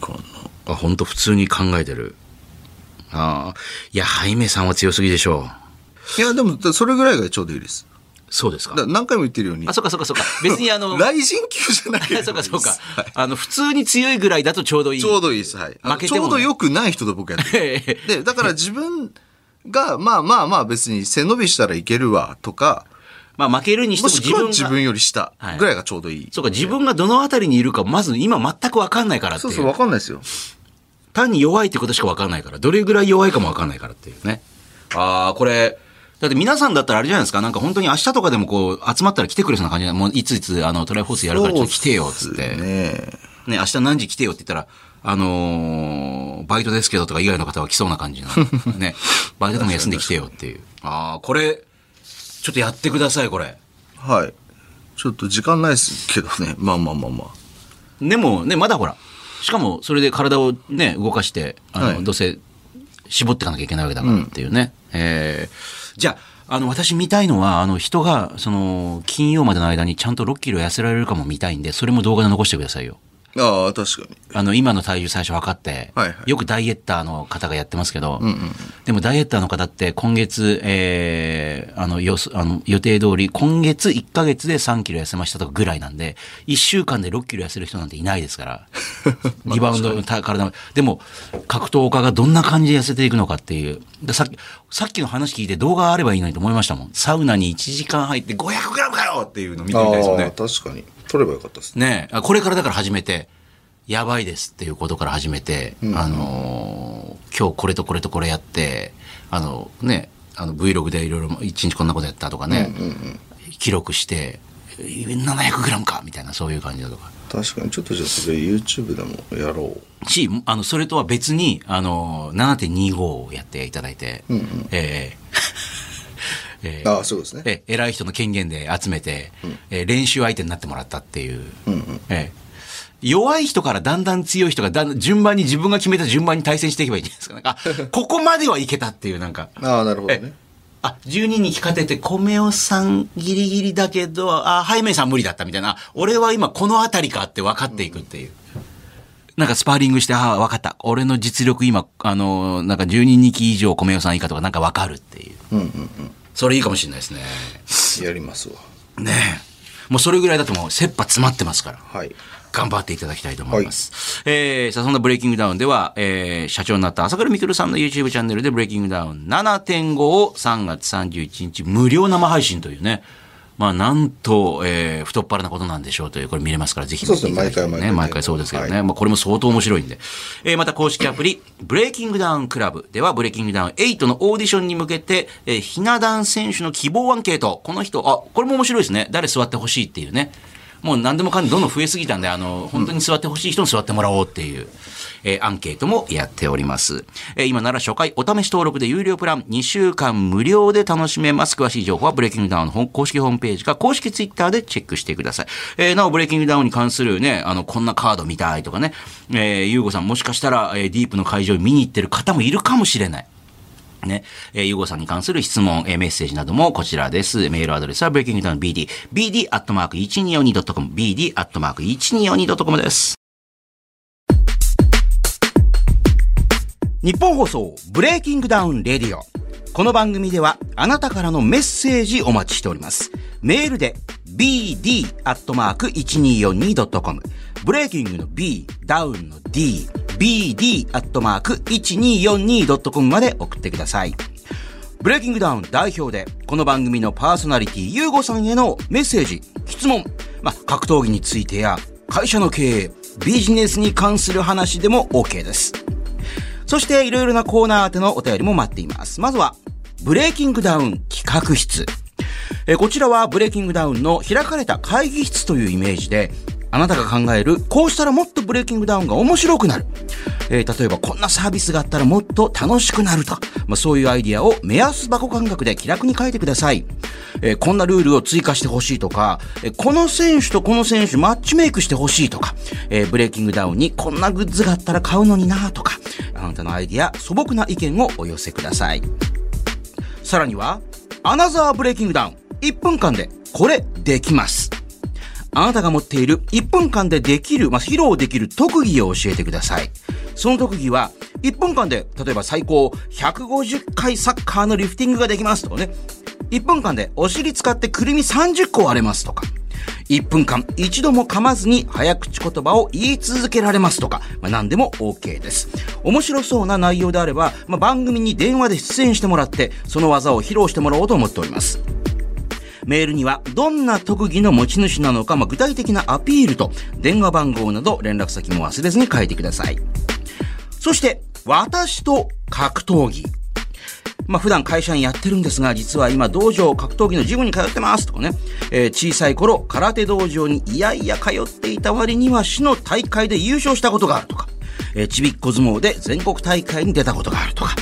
B: かな。
C: あ本当普通に考えてるああいやハイメさんは強すぎでしょ
B: いや、でも、だそれぐらいがちょうどいいです。
C: うそうですか
B: だ何回も言ってるように
C: あ、そうかそうかそうか別にあ
B: *laughs*
C: の
B: 雷神級じゃない *laughs*
C: *laughs* そうかそうか、
B: はい
C: あの普通に強いぐらいだとちょうどいい
B: ちょうどいいです。はい。あの
C: 負け
B: ち
C: てもね
B: ょうど良くない人と僕やって *laughs* る。
C: え
B: で、だから自分が、まあまあまあ別に背伸びしたらいけるわとか、
C: まあ負けるにして
B: も
C: も
B: し
C: 自
B: く
C: 分
B: は
C: が
B: 自分より下ぐらいがちょうどいい。
C: そうか自分がどのあたりにいるかまず今全く分かんないからってい
B: そううそう、わかんないですよ。
C: 単に弱いってことしか分かんないからどれぐらい弱いかも分かんないからっていうねああこれだって皆さんだったらあれじゃないですかなんか本当に明日とかでもこう集まったら来てくれそうな感じでもういついつあのトライフォースやるからちょっと来てよっつって
B: そ
C: ね
B: うですね。
C: 明日何時来てよって言ったらあのーバイトですけどとか以外の方は来そうな感じ
B: *laughs*
C: のねバイトでも休んで来てよっていうああこれちょっとやってくださいこれ
B: はい。ちょっと時間ないですけどね。まあまあまあまあ。
C: でもね、まだほら、しかもそれで体をね、動かして、あの、
B: はい
C: どうせ、絞っていかなきゃいけないわけだからっていうね。えーじゃあ、あの、私見たいのは、あの、人が、その、金曜までの間にちゃんと6キロ痩せられるかも見たいんで、それも動画で残してくださいよ。
B: ああ、確かに。
C: あの、今の体重最初分かって、
B: はいはい
C: よくダイエッターの方がやってますけど、でもダイエッターの方って今月、えーあの、よす、あの、予定通り、今月1ヶ月で3キロ痩せましたとかぐらいなんで、1週間で6キロ痩せる人なんていないです
B: *laughs*
C: から、リバウンドのた体も、でも、格闘家がどんな感じで痩せていくのかっていう、でさっき、さっきの話聞いて動画あればいいのにと思いましたもん。サウナに1時間入って500グラムかよっていうの見てみたいですよね。
B: 確かに。取ればよかったですね。
C: ねえ、これからだから始めて、やばいですっていうことから始めて、あのー今日これとこれとこれやって、あのね、あの Vlog でいろいろ一日こんなことやったとかね、記録して、 700g かみたいなそういう感じだとか
B: 確かにちょっとじゃあそれ YouTube でもやろう
C: しあのそれとは別にあの7.25をやっていただいて、えーえー
B: ああそうですね
C: えー偉い人の権限で集めて、えー練習相手になってもらったっていう、えー弱い人からだんだん強い人がだんだん順番に自分が決めた順番に対戦していけばいいんじゃないですかなんかあ
B: *laughs*
C: ここまではいけたっていうなんか
B: ああなるほどね
C: あ12に聞かてて米尾さんギリギリだけどあハイメイさん無理だったみたいな俺は今この辺りかって分かっていくっていう。なんかスパーリングして、ああ、分かった。俺の実力今、あの、なんか12人期以上、米尾さん以下とかなんか分かるっていう。
B: うんうんうん
C: それいいかもしれないですね。
B: やりますわ
C: ねえ。もうそれぐらいだともう切羽詰まってますから。
B: はい
C: 頑張っていただきたいと思います。えー、さあそんなブレイキングダウンでは、えー、社長になった朝倉未来さんの YouTube チャンネルでブレイキングダウン7.5を3月31日無料生配信というね、まあなんと、えー、太っ腹なことなんでしょうという、これ見れますからぜひ見ていただきたい
B: そうですね毎回毎
C: ね。
B: 回
C: 毎回そうですけどね。まあこれも相当面白いんで。えー、また公式アプリ、ブレイキングダウンクラブでは、ブレイキングダウン8のオーディションに向けて、えー、ひな壇選手の希望アンケート。この人、あ、これも面白いですね。誰座ってほしいっていうね。もう何でもかんでもどんどん増えすぎたんで、あの、本当に座ってほしい人に座ってもらおうっていう、えーアンケートもやっております。えー今なら初回お試し登録で有料プラン2週間無料で楽しめます。詳しい情報はブレイキングダウンの本公式ホームページか公式ツイッターでチェックしてください。えーなお、ブレイキングダウンに関するね、あの、こんなカード見たいとかね、えー、ゆうごさんもしかしたら、えーディープの会場に見に行ってる方もいるかもしれない。ね、えー、ゆうごさんに関する質問、えーメッセージなどもこちらです。メールアドレスは breakingdownbd、bd.1242.com、bd.1242.com です。日本放送ブレイキングダウンレディオ。この番組ではあなたからのメッセージお待ちしております。メールで bd.1242.com ブレイキングの b、ダウンの d、bd.1242.com まで送ってください。ブレイキングダウン代表で、この番組のパーソナリティ、ゆうごさんへのメッセージ、質問、まあ、格闘技についてや、会社の経営、ビジネスに関する話でも OK です。そして、いろいろなコーナー宛てのお便りも待っています。まずは、ブレイキングダウン企画室。えーこちらはブレイキングダウンの開かれた会議室というイメージで、あなたが考える、こうしたらもっとブレイキングダウンが面白くなる。えー例えばこんなサービスがあったらもっと楽しくなると。まあ、そういうアイディアを目安箱感覚で気楽に書いてください。えーこんなルールを追加してほしいとか、えーこの選手とこの選手マッチメイクしてほしいとか、えーブレイキングダウンにこんなグッズがあったら買うのになとか、あなたのアイディア、素朴な意見をお寄せください。さらには、アナザーブレイキングダウン。1分間で、これ、できます。あなたが持っている1分間でできる、まあ、披露できる特技を教えてください。その特技は、1分間で、例えば最高150回サッカーのリフティングができますとかね。1分間でお尻使ってくるみ30個割れますとか。1分間一度も噛まずに早口言葉を言い続けられますとか、まあ、何でも OK です。面白そうな内容であれば、まあ、番組に電話で出演してもらって、その技を披露してもらおうと思っております。メールには、どんな特技の持ち主なのか、まあ、具体的なアピールと、電話番号など連絡先も忘れずに書いてください。そして、私と格闘技。まあ、普段会社員やってるんですが、実は今、道場格闘技のジムに通ってますとかね、えー小さい頃、空手道場にいやいや通っていた割には、市の大会で優勝したことがあるとか、えーちびっこ相撲で全国大会に出たことがあるとか、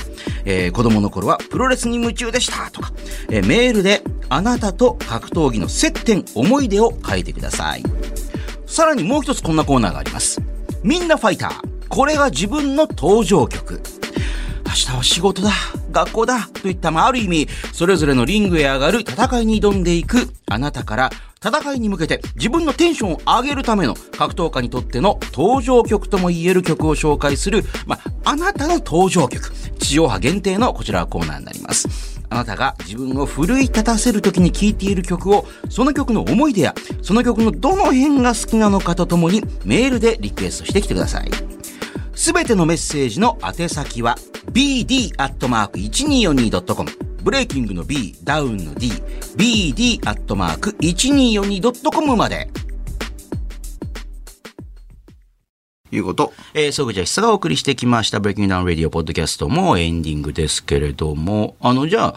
C: えー子供の頃はプロレスに夢中でしたとか、えーメールで、あなたと格闘技の接点、思い出を書いてください。さらにもう一つこんなコーナーがあります。みんなファイター。これが自分の登場曲。明日は仕事だ、学校だ、といった、まあ、ある意味、それぞれのリングへ上がる戦いに挑んでいく、あなたから、戦いに向けて自分のテンションを上げるための格闘家にとっての登場曲とも言える曲を紹介する、まあ、あなたの登場曲、地上波限定のこちらはコーナーになります。あなたが自分を奮い立たせる時に聴いている曲を、その曲の思い出や、その曲のどの辺が好きなのかとともに、メールでリクエストしてきてください。すべてのメッセージの宛先は bd.1242.com ブレイキングの B、ダウンの D、bd.1242.com まで。
B: いうこと
C: えー、総口は久がお送りしてきました、ブレイキングダウンレディオポッドキャストもエンディングですけれども、あの、じゃあ、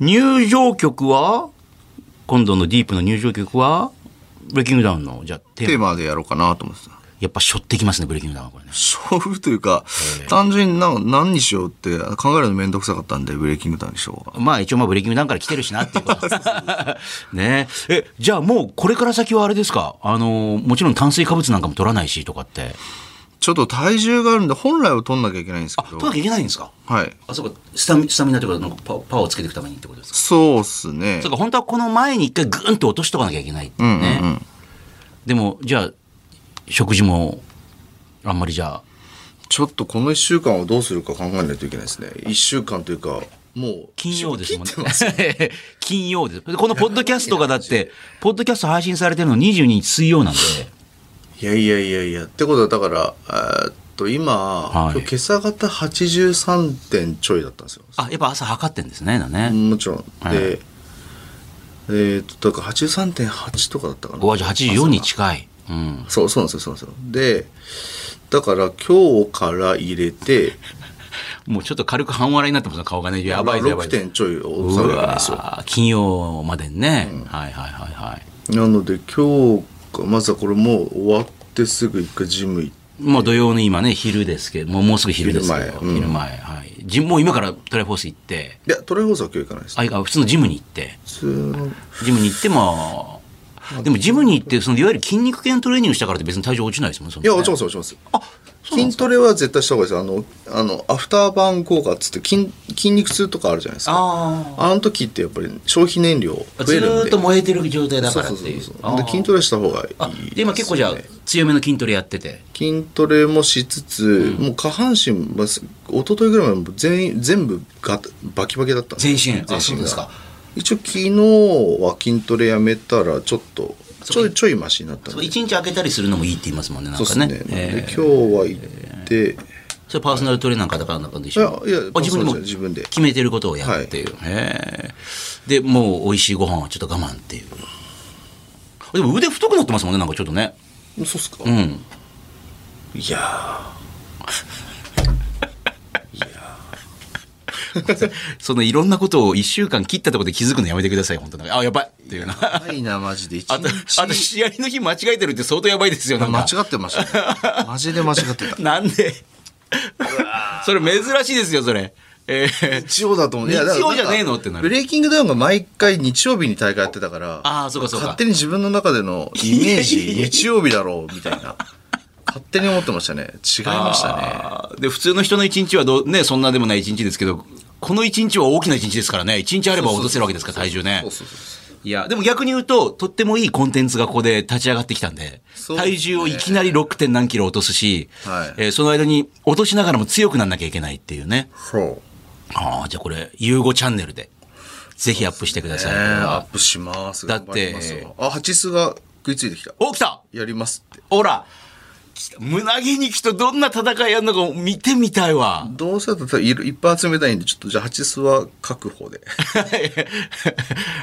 C: 入場曲は今度のディープの入場曲はブレイキングダウンの、じゃあ、テーマ
B: テーマでやろうかなと思ってた。
C: やっぱ背負ってきますね、ブレイキングダウンはこれね。
B: 勝負というか、単純になん何にしようって考えるのめんどくさかったんで、ブレイキングダウンにしようか。
C: まあ一応まあブレイキングダウンから来てるしなっていうこと *laughs* ねえ。え、じゃあもうこれから先はあれですかあの、もちろん炭水化物なんかも取らないしとかって。
B: ちょっと体重があるんで、本来は取んなきゃいけないんです
C: あ、
B: け
C: 取
B: ど
C: らな。きゃいけないんですか
B: はい。
C: あ、そうか、スタミスタミナというか、なんかパパワーをつけていくためにってことですか
B: そうっすね
C: そう。か、本当はこの前に一回グーンと落としとかなきゃいけないってね。
B: うんうんうん
C: でも、じゃあ、食事も、あんまりじゃあ、
B: ちょっとこの1週間をどうするか考えないといけないですね。1週間というか、もう。
C: 金曜ですもん
B: 切ってます
C: ね。 *laughs* 金曜です。このポッドキャストがだって、ポッドキャスト配信されてるの22日水曜なんで。
B: いやいやいやいや。ってことは、だから、えーっと、今、
C: はい
B: 今日今朝方83点ちょいだったんですよ。
C: あ、やっぱ朝測ってんですね、だね。
B: もちろん。で、
C: はい
B: えーっと、だから83.8とかだったかな。
C: 5はじゃあ84に近い。うん。
B: そう、そうなんですよ、そうなんですよ。で、だから今日から入れて、
C: もうちょっと軽く半笑いになってますね、顔がね。やばいぞ
B: まあ
C: やばい
B: 6
C: ぞ。
B: 点ちょいを収め
C: う
B: るん
C: わ
B: ですよ。
C: ー金曜までにね、はいはいはいはい。
B: なので今日か、まずはこれもう終わってすぐ一回ジム行って、
C: もう土曜の今ね、昼ですけど、もうもうすぐ昼ですけど、
B: 昼
C: 昼
B: 前うん
C: 前。はい。ジムもう今からトライフォース行って、
B: いや、トライフォースは今日行かないです。
C: あ、いや普通のジムに行って、
B: 普通の
C: ジムに行って、まあ、でもジムに行って、そのいわゆる筋肉系のトレーニングしたからって別に体重落ちないですもんね、そん
B: いや、
C: なね
B: 落ちます、落ちます。
C: あ、そうなんで
B: 筋
C: す
B: トレは絶対した方がいいです。あの、あの、アフターバーン効果っつって筋、筋肉痛とかあるじゃないですか。
C: あ
B: あの時ってやっぱり消費燃料
C: あ。
B: 増
C: ず
B: えるんで。
C: ーっと燃えてる状態だからっていう。
B: そうそう
C: あ
B: そうそ
C: ー
B: うで筋トレした方がいい
C: あ
B: すね
C: で今結構じゃあ強めの筋トレやってて
B: 筋トレもしつつ、もう下半身まあす一昨日ぐらいまでもう全員全部がバキバキだったん
C: 全身
B: が
C: あそうですか
B: 一応昨日は筋トレやめたらちょっとちょいちょいマシになったん
C: そう
B: で
C: 一日空けたりするのもいいって言いますもんねなん
B: そう
C: か
B: ですね
C: ね
B: なんで
C: えー
B: 今日は行って、
C: それパーソナルトレーナーかだからなんかでしょ
B: いやいや
C: あ自分でも
B: パーソナルトレーナー自分で
C: 決めてることをやるっていう、へーでもう美味しいご飯はちょっと我慢っていうでも腕太くなってますもんねなんかちょっとね
B: そうっすか、
C: う
B: い
C: ん
B: やー
C: そのいろんなことを1週間切ったところで気づくのやめてください本当にあやばいっていうなあ
B: ないなマジで一
C: と
B: 日
C: あと試合の日間違えてるって相当やばいですよなんか
B: 間違ってました、ね、マジで間違っ
C: *laughs*
B: てた
C: なんでそれ珍しいですよそれえー
B: 日曜だと思ういやだから
C: 日曜じゃねえのってなる
B: ブレイキングダウンが毎回日曜日に大会やってたから
C: あーそうかそうか
B: 勝手に自分の中でのイメー
C: *laughs* いや
B: ジ
C: いや
B: 日曜日だろうみたいな勝手に思ってましたね違いましたね
C: あーで、普通の人の一日はどう、ね、そんなでもない一日ですけど、この一日は大きな一日ですからね、一日あれば落とせるわけですから、体重ね
B: そう。そうそう
C: いや、でも逆に言うと、とってもいいコンテンツがここで立ち上がってきたんで、
B: そうですね
C: 体重をいきなり 6. 点何キロ落とすし、
B: はい
C: えーその間に落としながらも強くなんなきゃいけないっていうね。
B: そう
C: ああ、じゃあこれ、ゆうごチャンネルで、ぜひアップしてください。
B: え
C: これ
B: ー、アッ
C: は
B: プします
C: だって
B: 頑張りますよあハチスが食いついてきた
C: お、来た
B: やりますって
C: ほら来た胸毛にきとどんな戦いやるのか見てみたいわ。
B: どうせだったらいるいっぱい集めたいんでちょっとじゃあハチスは確保で
C: *laughs*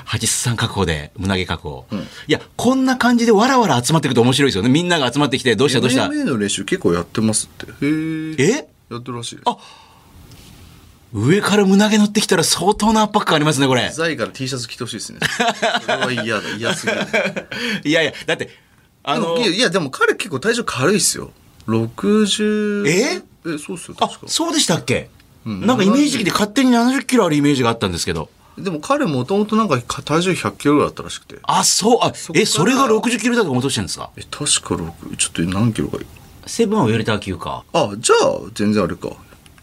C: ハチスさん確保で、胸毛確保。いや、こんな感じでわらわら集まっていくと面白いですよね。みんなが集まってきて、どうしたどうした。
B: MMA の練習結構やってますってへえ
C: え
B: やってるらしいです
C: あ上から胸毛乗ってきたら相当な圧迫感ありますね、これ。 *laughs*
B: ザイから T シャツ着てほしいですね。それは嫌だ、嫌すぎる。
C: いやいや、だって、あ
B: あ
C: の
B: の、いや、いやでも彼結構体重軽いっすよ。60。
C: え
B: え、そうっすよ、
C: あ
B: 確か、。
C: そうでしたっけなんかイメージ的で勝手に70キロあるイメージがあったんですけど。
B: でも彼もともとなんか体重100キロぐらいあったらしくて。
C: あ、そう、あ、
B: こから
C: え、それが60キロだとか戻してるんですか
B: え、確か6、ちょっと何キロがいい
C: セブンは上よりター級か。
B: あ、じゃあ全然あれか。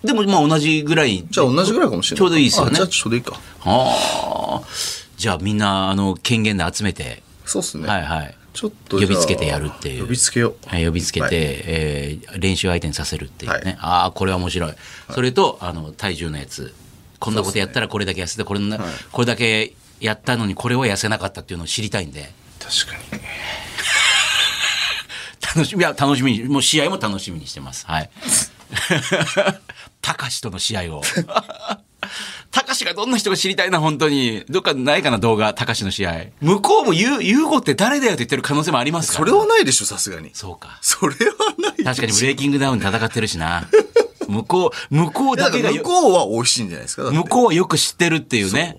C: でも、まあ同じぐらい。
B: じゃあ同じぐらいかもしれない。
C: ちょうどいいですよ
B: あ
C: ね
B: じゃあちょうどいいか。
C: はあ。じゃあみんな、あの、権限で集めて、
B: そうっすね。
C: はいはい。
B: ちょっとじゃあ
C: 呼びつけてやるっていう
B: 呼びつけよう。
C: はい、呼びつけて、
B: はい
C: えー練習相手にさせるっていうね。
B: はい
C: ああ、これは面白い。それと、あの、体重のやつ。こんなことやったらこれだけ痩せて、これな、これだけやったのにこれは痩せなかったっていうのを知りたいんで。
B: 確かに。
C: 楽しみ、いや、楽しみに、もう試合も楽しみにしてます。はい。 *laughs* たかしとの試合を。たかしがどんな人が知りたいな、本当に。どっかないかな、動画、たかしの試合。向こうもゆう、ゆうごって誰だよって言ってる可能性もありますから
B: それはないでしょ、さすがに。
C: そうか。
B: それはないでしょ。
C: 確かにブレイキングダウンで戦ってるしな。向こう、向こう
B: な
C: だけ
B: ん
C: が
B: か
C: よ
B: 向こうは美味しいんじゃないですか。だって
C: 向こうはよく知ってるっていうね。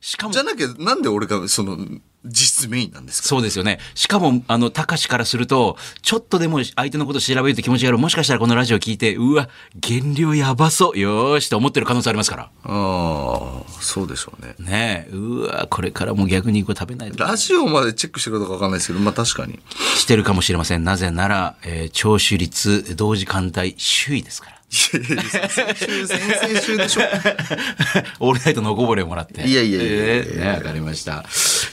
C: しかも
B: じゃなきゃなんで俺がその実質メインなんですか
C: そうですよね。しかも、あの、たかしからすると、ちょっとでも相手のこと調べるって気持ちがある。もしかしたらこのラジオ聞いて、うわ、減量やばそう。よーしと思ってる可能性ありますから。
B: ああそうでしょうね
C: ねえ、うわ、これからも逆にこう食べないと
B: ラジオまでチェックしてるかどうかわかんないですけどまあ確かに
C: してるかもしれません。なぜなら、えー聴取率、同時間帯、首位ですから。
B: いやいや先週先々週でしょ
C: *laughs* オールナイトのおこぼれをもらって。
B: いやいやいやいや
C: えーね、わかりました。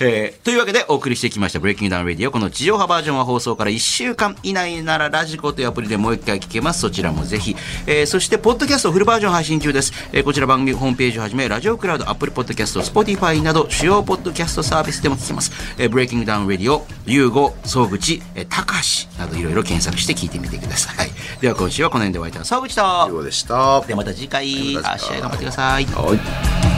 C: えーというわけでお送りしてきました、ブレイキングダウンレディオ。この地上波バージョンは放送から1週間以内なら、ラジコというアプリでもう一回聞けます。そちらもぜひ。えーそして、ポッドキャストフルバージョン配信中です。えーこちら番組ホームページをはじめ、ラジオクラウド、アップルポッドキャスト、スポティファイなど、主要ポッドキャストサービスでも聞けます。えーブレイキングダウンレディオ、ゆうご、総口、えー、高橋などいろいろ検索して聞いてみてください。では今週はこの辺でお会いいたい。総口と
B: 以。上でした
C: ではまた次回、
B: また次回
C: あ試合頑張ってください。
B: はい